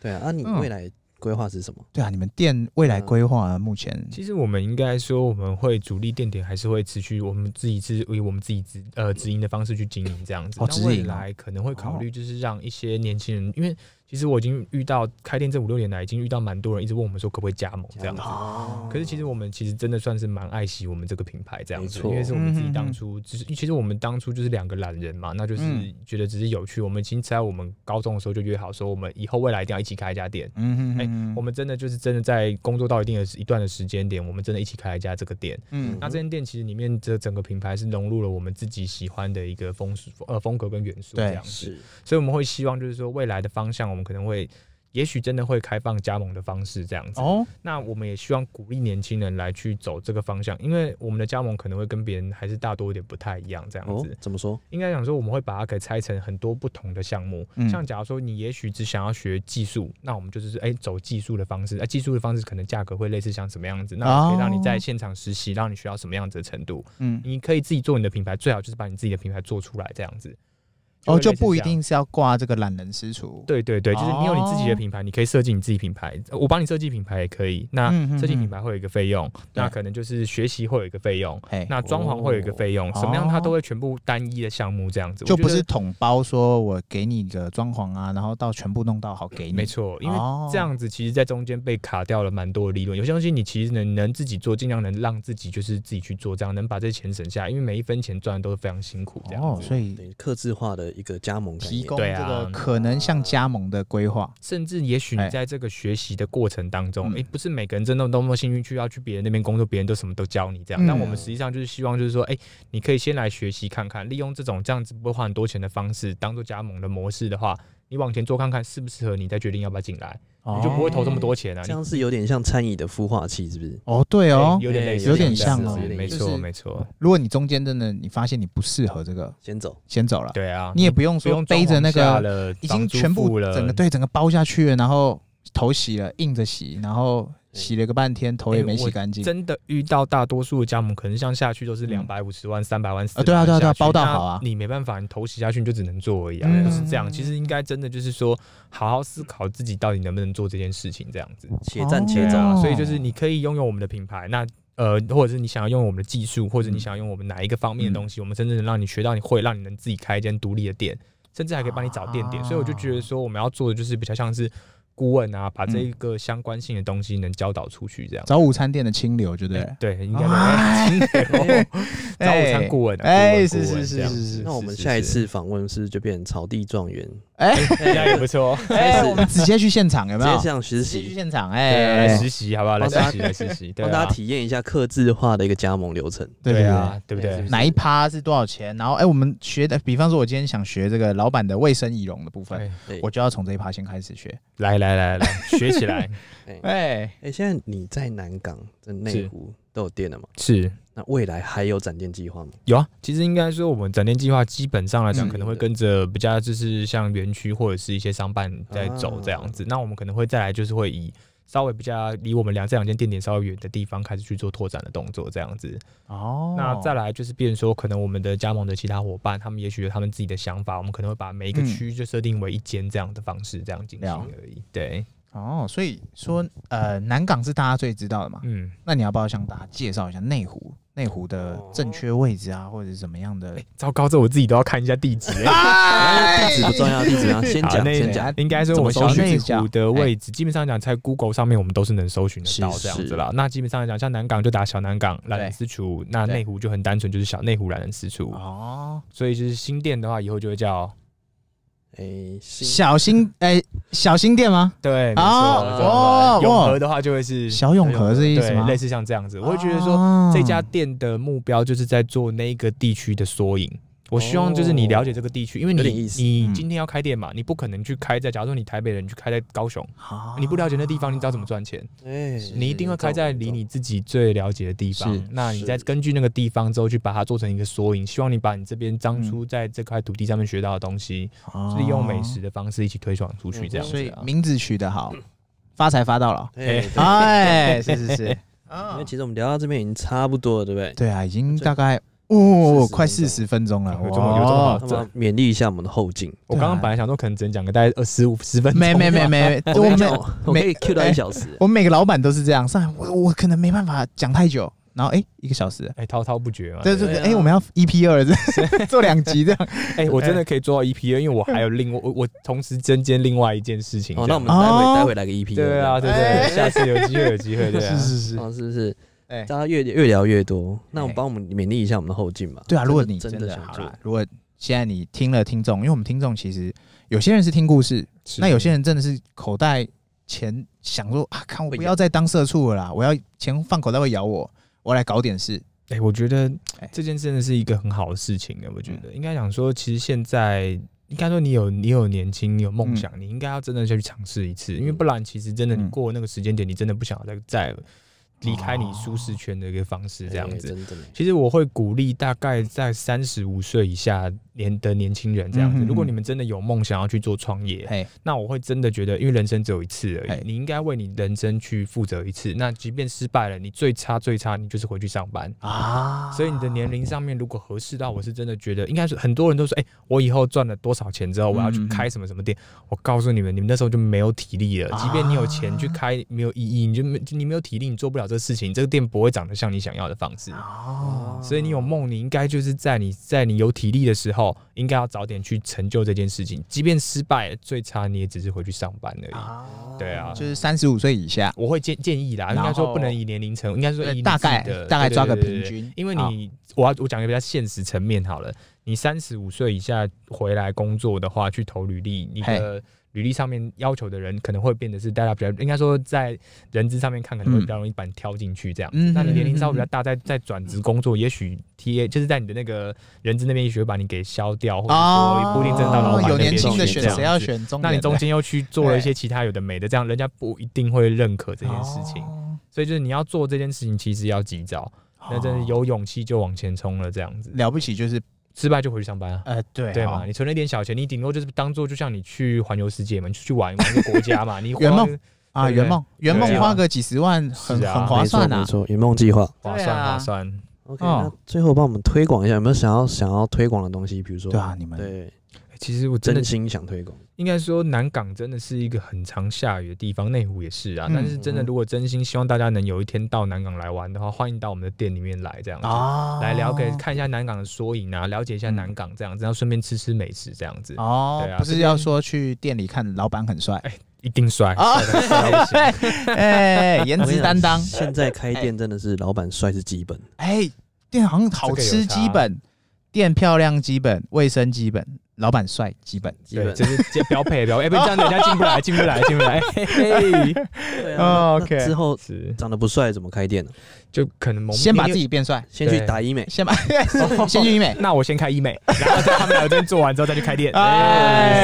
Speaker 1: 对啊，那你
Speaker 2: 嗯
Speaker 1: 未来规划是什么？
Speaker 2: 对啊，你们店未来
Speaker 1: 嗯
Speaker 2: 规划啊目前
Speaker 3: 其实我们应该说，我们会主力店点还是会持续我们自己是以我们自己直呃直营的方式去经营这样子。
Speaker 2: 哦
Speaker 3: 那
Speaker 2: 直
Speaker 3: 未
Speaker 2: 营哦
Speaker 3: 来可能会考虑就是让一些年轻人，因为其实我已经遇到开店这五六年来，已经遇到蛮多人一直问我们说可不可以加盟这
Speaker 2: 嗯
Speaker 3: 样子。啊
Speaker 1: 哦
Speaker 3: 可是其实我们其实真的算是蛮爱惜我们这个品牌这样子
Speaker 1: 没，错
Speaker 3: 因为是我们自己当
Speaker 2: 嗯
Speaker 3: 初，只是其实我们当初就是两个懒人嘛，那就是
Speaker 2: 嗯
Speaker 3: 觉得只是有趣。我们已经在我们高中的时候就约好说，我们以后未来一定要一起开一家店。
Speaker 2: 嗯
Speaker 3: 哎我们真的就是真的在工作到一定的一段的时间点，我们真的一起开了一家这个店。
Speaker 2: 嗯
Speaker 3: 那这间店其实里面这整个品牌是融入了我们自己喜欢的一个风俗呃风格跟元素
Speaker 2: 对
Speaker 3: 这样子，
Speaker 1: 是
Speaker 3: 所以我们会希望就是说未来的方向，我们可能会也许真的会开放加盟的方式这样子。
Speaker 2: 哦
Speaker 3: 那我们也希望鼓励年轻人来去走这个方向，因为我们的加盟可能会跟别人还是大多一点不太一样这样
Speaker 1: 哦
Speaker 3: 子。，
Speaker 1: 怎么说？
Speaker 3: 应该讲说，我们会把它给拆成很多不同的项目。
Speaker 2: 嗯
Speaker 3: 像假如说你也许只想要学技术，那我们就是哎、走技术的方式，哎、技术的方式可能价格会类似像什么样子，
Speaker 2: 哦
Speaker 3: 那可以让你在现场实习，让你学到什么样子的程度，
Speaker 2: 嗯
Speaker 3: 你可以自己做你的品牌，最好就是把你自己的品牌做出来这样子。
Speaker 2: 哦，
Speaker 3: 会
Speaker 2: 就
Speaker 3: 类似
Speaker 2: 不一
Speaker 3: 这样
Speaker 2: 定是要挂这个懒人私厨。
Speaker 3: 对对对，就是你有你自己
Speaker 2: 哦
Speaker 3: 的品牌，你可以设计你自己品牌，呃我帮你设计品牌也可以。那
Speaker 2: 嗯嗯
Speaker 3: 设计
Speaker 2: 嗯
Speaker 3: 品牌会有一个费用，那
Speaker 2: 对
Speaker 3: 可能就是学习会有一个费用，
Speaker 2: 嘿，
Speaker 3: 那装潢会有一个费用，
Speaker 2: 哦
Speaker 3: 什么样它都会全部单一的项目这样子，
Speaker 2: 就
Speaker 3: 我觉
Speaker 2: 不是
Speaker 3: 得
Speaker 2: 统包，说我给你个装潢啊，然后到全部弄到好给你。
Speaker 3: 没，错，因为
Speaker 2: 哦
Speaker 3: 这样子其实在中间被卡掉了蛮多的利润。有些东西你其实能能自己做，尽量能让自己就是自己去做，这样能把这些钱省下来，因为每一分钱赚的都是非常辛苦这样子。
Speaker 2: 哦，所以
Speaker 1: 等于客制化的一个加盟概
Speaker 2: 提
Speaker 1: 念。
Speaker 2: 供
Speaker 3: 对
Speaker 2: 这
Speaker 3: 啊
Speaker 2: 个可能像加盟的规划，
Speaker 3: 甚至也许
Speaker 2: 哎
Speaker 3: 你在这个学习的过程当中，
Speaker 2: 嗯
Speaker 3: 哎、不是每个人真的都那么幸运去要去别人那边工作，别人都什么都教你这样。
Speaker 2: 嗯
Speaker 3: 但我们实际上就是希望，就是说，哎、你可以先来学习看看，利用这种这样子不会花很多钱的方式，当做加盟的模式的话，你往前做看看适不适合你，再决定要不要进来，你就不会投这么多钱啊。
Speaker 1: 这
Speaker 3: 你
Speaker 1: 样是有点像餐饮的孵化器，是不是？
Speaker 2: 哦，对哦
Speaker 3: 哎，有点类似
Speaker 1: 哎
Speaker 3: 这
Speaker 1: 有
Speaker 3: 样子，
Speaker 1: 点
Speaker 2: 像哦
Speaker 3: 是没
Speaker 2: 就
Speaker 3: 错，
Speaker 2: 是
Speaker 3: 没错，
Speaker 2: 如果你中间真的你发现你不适合这个，
Speaker 1: 先走，
Speaker 2: 先走了，
Speaker 3: 对啊，
Speaker 2: 你也不用
Speaker 3: 不
Speaker 2: 说
Speaker 3: 用
Speaker 2: 背着那
Speaker 3: 装潢下
Speaker 2: 个
Speaker 3: 了
Speaker 2: 已
Speaker 3: 房
Speaker 2: 经
Speaker 3: 租
Speaker 2: 全部
Speaker 3: 付了
Speaker 2: 整个对整个包下去了，然后头洗了，硬着洗，然后洗了个半天，头也
Speaker 3: 哎
Speaker 2: 没洗
Speaker 3: 我
Speaker 2: 干净。
Speaker 3: 真的遇到大多数的加盟，可能像下去都是
Speaker 2: 嗯
Speaker 3: 两百五十万、三百万、
Speaker 2: 啊对啊对啊对啊
Speaker 3: 400万下去
Speaker 2: 包到好啊
Speaker 3: 那你没办法，你投洗下去你就只能做而已啊，
Speaker 2: 嗯
Speaker 3: 就是这样。其实应该真的就是说，好好思考自己到底能不能做这件事情，这样子。
Speaker 1: 且战且
Speaker 2: 对
Speaker 1: 走。
Speaker 2: 啊
Speaker 3: 啊，所以
Speaker 1: 哦
Speaker 3: 就是你可以拥有我们的品牌，那呃，或者是你想要拥有我们的技术，或者
Speaker 1: 嗯
Speaker 3: 你想要用我们哪一个方面的东西，我们真正能让你学到你会，让你能自己开一间独立的店，甚至还可以帮你找店点。
Speaker 1: 啊
Speaker 3: 所以我就觉得说，我们要做的就是比较像是顾问
Speaker 1: 嗯
Speaker 3: 啊，把这一个相关性的东西能教导出去，这样。
Speaker 2: 找午餐店的清流，就对哎了。
Speaker 3: 对，应该
Speaker 1: 啊
Speaker 2: 哎
Speaker 3: 没问题。找午餐顾问啊，
Speaker 2: 哎，
Speaker 3: 顾
Speaker 2: 是是
Speaker 3: 问顾问这
Speaker 2: 是
Speaker 3: 样
Speaker 2: 是是，
Speaker 1: 那我们
Speaker 3: 是
Speaker 1: 下一
Speaker 3: 是
Speaker 1: 次访问是不是就变成草地状元，
Speaker 3: 应该也不错。
Speaker 1: [laughs]
Speaker 2: 哎，我们直接去现场有
Speaker 1: 直
Speaker 2: 没有
Speaker 1: 接？上实
Speaker 2: 直接去
Speaker 1: 习，
Speaker 2: 现场，
Speaker 3: 对啊，来
Speaker 2: 哎，
Speaker 3: 实习好不好？来
Speaker 1: 帮大家
Speaker 3: 实习，来实习，对
Speaker 1: 让大家
Speaker 3: 啊，
Speaker 1: 体验一下客制化的一个加盟流程。
Speaker 3: 对啊，对不
Speaker 1: 哎是
Speaker 3: 对
Speaker 1: 不？是
Speaker 2: 哪一趴是多少钱？然后，哎、我们学的，比方说，我今天想学这个老板的卫生仪容的部分，
Speaker 3: 哎
Speaker 1: 对，
Speaker 2: 我就要从这一趴先开始学。
Speaker 3: 来来来来，学
Speaker 1: [laughs]
Speaker 3: 起来
Speaker 2: 哎、
Speaker 1: 哎，现在你在南港、在内
Speaker 3: 是
Speaker 1: 湖都有店了嘛？
Speaker 3: 是。
Speaker 1: 那未来还有展店计划吗？
Speaker 3: 有啊，其实应该说我们展店计划基本上来
Speaker 2: 嗯
Speaker 3: 讲，可能会跟着比较就是像园区或者是一些商办在走这
Speaker 2: 啊
Speaker 3: 样子。那我们可能会再来就是会以稍微比较离我们两这两间店点稍微远的地方开始去做拓展的动作这样子。
Speaker 2: 哦，
Speaker 3: 那再来就是变成说，可能我们的加盟的其他伙伴，他们也许有他们自己的想法，我们可能会把每一个
Speaker 2: 嗯
Speaker 3: 区就设定为一间这样的方式这样进行
Speaker 2: 了
Speaker 3: 而已。对，
Speaker 2: 哦，所以说，呃，南港是大家最知道的嘛。
Speaker 3: 嗯，
Speaker 2: 那你要不要向大家介绍一下内湖？内湖的
Speaker 3: 哦
Speaker 2: 正确位置啊，或者是怎么样的？
Speaker 3: 糟糕，这我自己都要看一下地址、
Speaker 1: [laughs]
Speaker 3: 欸。
Speaker 1: 哎地址不重要，地址
Speaker 3: [laughs]
Speaker 1: 啊，先
Speaker 3: 好
Speaker 1: 讲
Speaker 3: 那
Speaker 1: 先
Speaker 2: 个
Speaker 1: 讲。
Speaker 3: 应该说我们
Speaker 2: 怎么搜
Speaker 3: 小
Speaker 2: 寻啊
Speaker 3: 内湖
Speaker 2: 哎
Speaker 3: 的位置，基本上讲在 Google 上面我们都是能搜寻得到
Speaker 1: 是
Speaker 3: 这样子啦。那基本上来讲，像南港就打小南港懒人私厨，那
Speaker 2: 对
Speaker 3: 内湖就很单纯，就是小内湖懒人私厨。
Speaker 2: 哦，
Speaker 3: 所以就是新店的话，以后就会叫
Speaker 1: 哎，新
Speaker 2: 小新，哎、小新店吗？
Speaker 3: 对，没错。
Speaker 2: 哦
Speaker 3: 对永
Speaker 2: 哦
Speaker 3: 和的话就会是
Speaker 2: 小永和是意思
Speaker 3: 对
Speaker 2: 吗？
Speaker 3: 类似像这样子，我会觉得说
Speaker 2: 哦
Speaker 3: 这家店的目标就是在做那个地区的缩影。我希望就是你了解这个地区，因为
Speaker 1: 有
Speaker 3: 你
Speaker 1: 点意思
Speaker 3: 你
Speaker 2: 嗯
Speaker 3: 今天要开店嘛，你不可能去开在，假如说你台北人，你去开在高雄，
Speaker 2: 啊
Speaker 3: 你不了解那地方，你知道怎么赚钱？
Speaker 1: 哎，
Speaker 3: 你一定会开在离你自己最了解的地
Speaker 2: 是
Speaker 3: 方。那你
Speaker 1: 是
Speaker 3: 再根据那个地方之后去把它做成一个缩影，希望你把你这边当
Speaker 2: 嗯
Speaker 3: 初在这块土地上面学到的东西，利用美食的方式一起推广出去，这样
Speaker 2: 哦嗯所
Speaker 3: 子
Speaker 2: 以
Speaker 3: 啊。
Speaker 2: 名字取得好，发财发到老。
Speaker 1: 哎，对
Speaker 2: 哎，是是
Speaker 3: [laughs]
Speaker 2: 是，
Speaker 1: 因为其实我们聊到这边已经差不多了，对不对？
Speaker 2: 对啊，已经大概哦，
Speaker 1: 40
Speaker 2: 快
Speaker 1: 分钟
Speaker 2: 四十分钟了，
Speaker 3: 有这么有哦这么
Speaker 2: 哇
Speaker 3: 好
Speaker 1: 那么勉励一下我们的后劲。
Speaker 3: 我刚刚本来想说可能只能讲个大概二十五十分钟，
Speaker 2: 啊没没没没，
Speaker 3: [laughs]
Speaker 1: 我
Speaker 2: 我
Speaker 1: 跟你
Speaker 2: 每
Speaker 1: 讲，我可以 Q 到
Speaker 2: 哎
Speaker 1: 一小时。
Speaker 2: 我们每个老板都是这样，上来我我可能没办法讲太久，然后哎，一个小时。
Speaker 3: 哎，滔滔不绝嘛。
Speaker 2: 对
Speaker 3: 不
Speaker 2: 对
Speaker 1: 对
Speaker 2: 对，
Speaker 1: 啊
Speaker 2: 哎，我们要 EP 二 [laughs] 这做两集这样
Speaker 3: 哎，我真的可以做到 EP，因为我还有另外我我同时针尖另外一件事情。
Speaker 1: 哦，那
Speaker 3: 这样
Speaker 1: 我们待
Speaker 2: 哦
Speaker 1: 会待会来个 E EP。
Speaker 3: 对啊，对
Speaker 2: 哎
Speaker 3: 对，下次有机会有机会，对啊。
Speaker 2: 是
Speaker 1: 哦，是不是？
Speaker 2: 哎
Speaker 1: 大家越越聊越多，那我们
Speaker 2: 哎
Speaker 1: 帮我们勉励一下我们的后劲吧。
Speaker 2: 对啊，如果你
Speaker 1: 真
Speaker 2: 真的
Speaker 1: 想
Speaker 2: 好
Speaker 1: 做
Speaker 2: 啦，，如果现在你听了听众，因为我们听众其实有些人是听故事，
Speaker 3: 是
Speaker 2: 那有些人真的是口袋钱想说啊，看我不要再当社畜了啦，我要钱放口袋会咬我，我来搞点事。
Speaker 3: 哎、我觉得
Speaker 2: 哎嗯
Speaker 3: 这件真的是一个很好的事情啊！我觉得、应该讲说，其实现在应该说你有你有年轻，你有梦想，你应该要真的下去尝试一次，因为不然其实真的
Speaker 2: 嗯
Speaker 3: 你过了那个时间点，你真的不想要再再离开你舒
Speaker 2: 哦
Speaker 3: 适圈的一个方式这样
Speaker 1: 哎
Speaker 3: 子。
Speaker 1: 真的。
Speaker 3: 其实我会鼓励大概在三十五岁以下年的年轻人这样
Speaker 2: 嗯
Speaker 3: 子。
Speaker 2: 哼
Speaker 3: 如果你们真的有梦想要去做创业，
Speaker 2: 嘿，
Speaker 3: 那我会真的觉得，因为人生只有一次而
Speaker 2: 嘿
Speaker 3: 已，你应该为你人生去负责一次。那即便失败了，你最差最差，你就是回去上班。
Speaker 2: 啊，
Speaker 3: 所以你的年龄上面如果合适到，我是真的觉得应该是很多人都说，哎、我以后赚了多少钱之后，我要去开什么什么店。我告诉你们，你们那时候就没有体力了。
Speaker 2: 啊
Speaker 3: 即便你有钱去开，没有意义，你就没你没有体力，你做不了这个事情，这个店不会长得像你想要的方式。
Speaker 2: 哦，
Speaker 3: 所以你有梦，你应该就是在你在你有体力的时候，应该要早点去成就这件事情。即便失败，最差你也只是回去上班而已。
Speaker 2: 啊
Speaker 3: 对啊
Speaker 2: 就是三十五岁以下，
Speaker 3: 我会建建议啦，应
Speaker 2: 然
Speaker 3: 该说
Speaker 2: 后
Speaker 3: 不能以年龄层，应该说以
Speaker 2: 对
Speaker 3: 你
Speaker 2: 大
Speaker 3: 自己
Speaker 2: 概
Speaker 3: 的
Speaker 2: 大概
Speaker 3: 对
Speaker 2: 抓个
Speaker 3: 对对
Speaker 2: 平
Speaker 3: 对
Speaker 2: 均
Speaker 3: 因为
Speaker 2: 好
Speaker 3: 你我要我讲个比较现实层面好了，你三十五岁以下回来工作的话，去投履历，你的履历上面要求的人可能会变得是大家比较，应该说在人资上面看可能会比较容易把你挑进去这样子。
Speaker 2: 嗯
Speaker 3: 那你年龄稍微
Speaker 2: 嗯
Speaker 3: 比较大，在在转职工作，也许 T A 就是在你的那个人资那边，也许会把你给消掉，
Speaker 2: 哦
Speaker 3: 或者说也不一定真的到老板
Speaker 2: 有
Speaker 3: 那边
Speaker 2: 年轻的
Speaker 3: 去
Speaker 2: 选
Speaker 3: 这样
Speaker 2: 谁要
Speaker 3: 子
Speaker 2: 选中年的？
Speaker 3: 那你中间又去做了一些其他有的没的，这样人家不一定会认可这件事情。
Speaker 2: 哦
Speaker 3: 所以就是你要做这件事情，其实要及早，那真的有勇气就往前冲了，这样子，
Speaker 2: 了不起，就是
Speaker 3: 失败就回去上班啊。
Speaker 2: 呃，对
Speaker 3: 对
Speaker 2: 好
Speaker 3: 嘛？你存了一点小钱，你顶多就是当做就像你去环游世界嘛，你去玩玩一个国家嘛，你花
Speaker 2: 圆梦啊，
Speaker 3: 对
Speaker 2: 圆梦圆
Speaker 3: 对
Speaker 2: 梦
Speaker 3: 啊
Speaker 2: 花个几十万，很
Speaker 3: 是啊
Speaker 2: 很划算
Speaker 1: 没
Speaker 2: 啊。
Speaker 1: 错，圆梦计划。
Speaker 3: 划
Speaker 2: 对
Speaker 3: 算
Speaker 2: 啊
Speaker 3: 划算。
Speaker 1: OK，、
Speaker 2: 哦
Speaker 1: 那最后帮我们推广一下，有没有想要想要推广的东西？比如说，
Speaker 2: 对啊，你们
Speaker 1: 对，
Speaker 3: 其实我真的
Speaker 1: 真心想推广。
Speaker 3: 应该说，南港真的是一个很常下雨的地方，内湖也是啊。
Speaker 2: 嗯
Speaker 3: 但是真的，
Speaker 1: 嗯
Speaker 3: 如果真心希望大家能有一天到南港来玩的话，欢迎到我们的店里面来这样子。
Speaker 2: 啊
Speaker 3: 来了解看一下南港的缩影啊，了解一下南港这样子，然后顺便吃吃美食这样子，
Speaker 2: 哦
Speaker 3: 对，啊
Speaker 2: 不是要说去店里看老板很
Speaker 1: 哎
Speaker 2: 帅
Speaker 3: 一定帅
Speaker 2: 啊，
Speaker 3: 帅到不行
Speaker 2: 哎，颜值担当
Speaker 1: 我跟你讲，现在开店真的是老板帅是基本，
Speaker 2: 哎，店好像好吃基本，店漂亮基本，卫生基本，老板帅基本。
Speaker 1: 基
Speaker 3: 对，
Speaker 1: 本
Speaker 3: 这是这标配标配，哎，不然这样人家进不来，进不来，进不
Speaker 2: [laughs]
Speaker 3: 来，嘿嘿嘿
Speaker 1: 对啊
Speaker 2: 哦
Speaker 1: 那
Speaker 2: OK
Speaker 1: 那之后
Speaker 3: 是
Speaker 1: 长得不帅怎么开店呢？
Speaker 3: 就可能蒙
Speaker 2: 先把自。
Speaker 3: 因为
Speaker 2: 己变帅，
Speaker 1: 先去
Speaker 3: 对
Speaker 1: 打医美，
Speaker 2: 先把先去医美，
Speaker 3: 那我先开医美，然后在他们两边做完之后再去开店，
Speaker 2: [laughs] 哎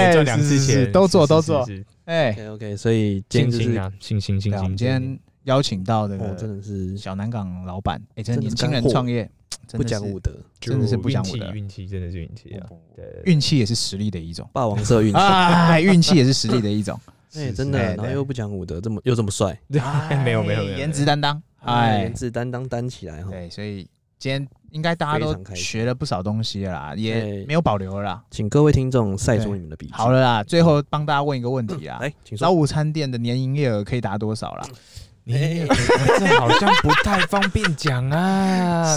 Speaker 3: 哎，赚两次
Speaker 2: 是是是
Speaker 3: 钱，
Speaker 2: 都做
Speaker 3: 是
Speaker 2: 都做，
Speaker 3: 是是是
Speaker 1: [laughs]
Speaker 2: 哎，
Speaker 1: OK OK，所以今天
Speaker 3: 信
Speaker 1: 就是
Speaker 3: 心啊，信心，信
Speaker 2: 对啊我
Speaker 3: 心。
Speaker 2: 们今天邀请到这
Speaker 1: 哦，真
Speaker 2: 个
Speaker 1: 的是
Speaker 2: 小南港老板，哎，真
Speaker 1: 真的
Speaker 2: 的年
Speaker 1: 是
Speaker 2: 轻
Speaker 1: 干
Speaker 2: 人
Speaker 1: 货
Speaker 2: 创业
Speaker 1: 不讲武
Speaker 2: 武，
Speaker 1: 德，
Speaker 3: 就
Speaker 2: 真的是不讲
Speaker 3: 运
Speaker 2: 武
Speaker 3: 气
Speaker 2: 德
Speaker 3: 运气真的是运气啊，对，对对
Speaker 2: 运气也是实力的一种，
Speaker 1: 霸王色运气，
Speaker 2: 哎，运气也是实力的一
Speaker 1: [laughs]
Speaker 2: 种。
Speaker 1: 哎，
Speaker 3: 是
Speaker 1: 真
Speaker 2: 是
Speaker 1: 的，
Speaker 2: 是
Speaker 1: 然后又不讲武德，这么又这么帅，
Speaker 2: 哎
Speaker 3: 没有没有没有
Speaker 2: 颜值担当，哎
Speaker 1: 颜，值担当担起来哈。
Speaker 2: 对，所以今天应该大家
Speaker 1: 非
Speaker 2: 都
Speaker 1: 常开心
Speaker 2: 学了不少东西了啦，也
Speaker 1: 对
Speaker 2: 没有保留了啦。
Speaker 1: 请各位听众晒出
Speaker 2: 对
Speaker 1: 你们的笔记。
Speaker 2: 好了啦，最后帮大家问一个问题啦，
Speaker 1: 来，请
Speaker 2: 早
Speaker 1: 哎说。
Speaker 2: 午餐店的年营业额可以达多少啦？
Speaker 3: 你哎这好像不太方便讲 啊，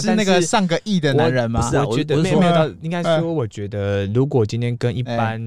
Speaker 2: [laughs] 是
Speaker 3: 但
Speaker 2: 那个上个亿的男人吗
Speaker 1: 不？是啊哎
Speaker 3: 我
Speaker 1: 我
Speaker 3: 觉得
Speaker 1: 我是
Speaker 3: 没有
Speaker 1: 说
Speaker 3: 没有到
Speaker 2: 嗯，
Speaker 3: 应该
Speaker 2: 嗯
Speaker 3: 说，我觉得如果今天跟一般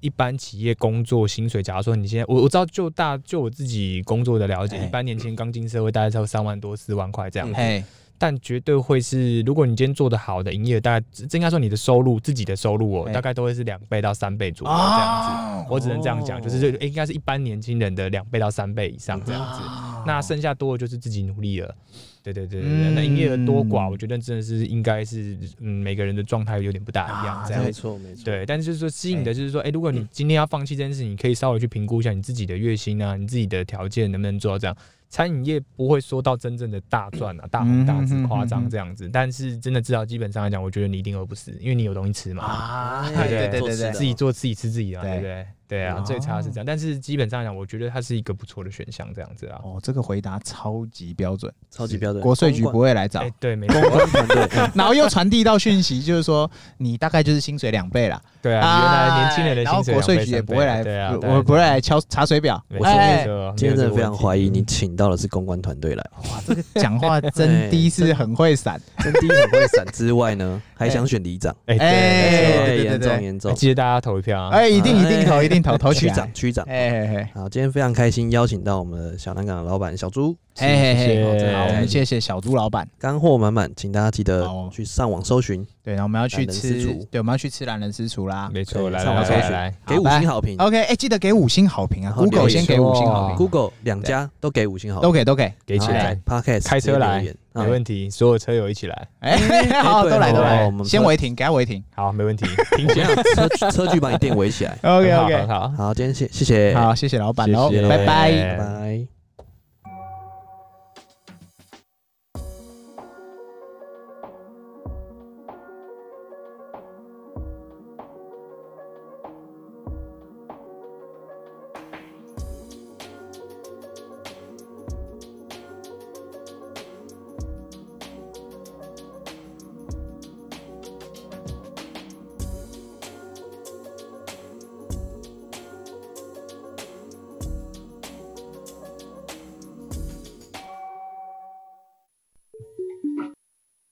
Speaker 3: 一般企业工作薪水，假如说你现在我我知道就大就我自己工作的了解，
Speaker 2: 哎
Speaker 3: 一般年轻刚进社会大概才三万多四万块这样哎
Speaker 1: 嗯，
Speaker 2: 嘿，
Speaker 3: 但绝对会是，如果你今天做的好的营业额，大概这这应该说你的收入自己的收入哦
Speaker 2: 哎，
Speaker 3: 大概都会是两倍到三倍左右这样子。
Speaker 2: 啊，
Speaker 3: 我只能这样讲，
Speaker 1: 哦
Speaker 3: 就是这应该是一般年轻人的两倍到三倍以上这样子。那剩下多的就是自己努力了。对对对对对，
Speaker 2: 哦嗯
Speaker 3: 那营业额多寡，我觉得真的是应该是嗯每个人的状态有点不大一样
Speaker 2: 啊对
Speaker 3: 这
Speaker 1: 哎没
Speaker 3: 样。
Speaker 1: 错没错。
Speaker 3: 对，但是就是说吸引
Speaker 2: 哎
Speaker 3: 的就是说，哎、如果你今天要放弃这件事，你可以稍微去评估一下你自己的月薪啊，你自己的条件能不能做到这样。餐饮业不会说到真正的大赚啊、大红大紫、
Speaker 2: 嗯
Speaker 3: 夸张
Speaker 2: 嗯
Speaker 3: 这样子，但是真的至少基本上来讲，我觉得你一定饿不死，因为你有东西吃嘛。
Speaker 2: 啊，
Speaker 3: 哎
Speaker 2: 对对
Speaker 1: 做
Speaker 2: 对
Speaker 1: 事
Speaker 2: 对
Speaker 1: 的
Speaker 3: 自己做自己吃自己的、啊，
Speaker 2: 对
Speaker 3: 对不对？对啊，
Speaker 2: 哦
Speaker 3: 最差是这样，但是基本上来讲，我觉得它是一个不错的选项，这样子啊。
Speaker 2: 哦，这个回答超级标准，
Speaker 1: 超级标准。
Speaker 2: 国税局
Speaker 1: 公
Speaker 2: 不会来嗯找
Speaker 3: [laughs] 哎、，对，
Speaker 2: [laughs]
Speaker 3: 没错，
Speaker 1: 关公关团队，
Speaker 2: 然后又传递到讯息，就是说你大概就是薪水两倍啦。
Speaker 3: 对啊，原
Speaker 2: 啊，
Speaker 3: 来年轻人的
Speaker 2: 然后
Speaker 3: 薪水
Speaker 2: 国税
Speaker 3: 两倍
Speaker 2: 局也
Speaker 3: 三
Speaker 2: 不
Speaker 3: 倍
Speaker 2: 会来，
Speaker 3: 对啊，
Speaker 2: 不
Speaker 3: 对啊
Speaker 2: 我不会，来敲查水表。
Speaker 3: 没错没
Speaker 2: 哎，
Speaker 3: 错，
Speaker 1: [laughs] 今天真的非常怀疑你
Speaker 3: 你。
Speaker 1: 请到的是公关团队
Speaker 2: [laughs]
Speaker 1: 来，
Speaker 2: 哇，这个讲话真的是很会闪，
Speaker 1: 真第一很会闪之外 [laughs] 呢，还想选里长，
Speaker 2: [laughs]
Speaker 3: 哎、
Speaker 2: 哎
Speaker 3: 对，
Speaker 2: 对对对
Speaker 1: 严
Speaker 2: 对
Speaker 1: 重严
Speaker 3: 没错
Speaker 1: 重。
Speaker 3: 记得大家投一 [laughs] 票啊！
Speaker 2: 哎，一定一定投
Speaker 1: 哎
Speaker 2: 一定投投起
Speaker 1: 区
Speaker 2: 来
Speaker 1: 长，区长。
Speaker 2: 哎哎哎
Speaker 1: 好，今天非常开心邀请到我们的小南港的老板小朱，
Speaker 2: 哎
Speaker 3: 谢谢
Speaker 2: 哎，嘿
Speaker 3: 谢谢
Speaker 2: 好，我们谢谢小朱老板。
Speaker 1: 干货满满，请大家记得
Speaker 2: 好哦
Speaker 1: 去上网搜寻，
Speaker 2: 对，然后我们要去
Speaker 1: 懒人私
Speaker 2: 吃
Speaker 1: 厨，
Speaker 2: 对，我们要去吃懒人私厨啦。
Speaker 3: 没错，
Speaker 1: 对
Speaker 3: 来
Speaker 1: 上
Speaker 3: 来
Speaker 1: 网搜
Speaker 3: 来
Speaker 1: 寻
Speaker 3: 来，
Speaker 1: 给五星好评。
Speaker 2: OK，哎，记得给五星好评啊
Speaker 1: 然后留
Speaker 2: ，Google
Speaker 1: 言
Speaker 2: 先给五星好
Speaker 3: 哦
Speaker 2: 评，
Speaker 1: Google 两家都给五星好评
Speaker 2: 都，给都给，
Speaker 3: 给起来
Speaker 1: 然，后在 Podcast
Speaker 3: 开车来
Speaker 1: 直接留言，
Speaker 3: 没
Speaker 1: 啊 [laughs]
Speaker 3: 问题，所有车友一起来，
Speaker 2: 哎，
Speaker 3: 嗯
Speaker 1: 哎
Speaker 2: [laughs] 好，
Speaker 1: 对
Speaker 2: 都来
Speaker 1: 哦
Speaker 2: 都来
Speaker 1: 我，们
Speaker 2: 先违停，给他违停。
Speaker 3: 好，没
Speaker 2: [laughs]
Speaker 3: 问题，停下
Speaker 1: 车车距把你垫围起来。
Speaker 2: OK
Speaker 3: 很好
Speaker 2: OK，
Speaker 3: 很好，
Speaker 1: 好，今天谢谢谢，
Speaker 2: 好，谢谢老板喽，哦
Speaker 3: 谢谢
Speaker 2: 拜拜。
Speaker 1: 拜拜。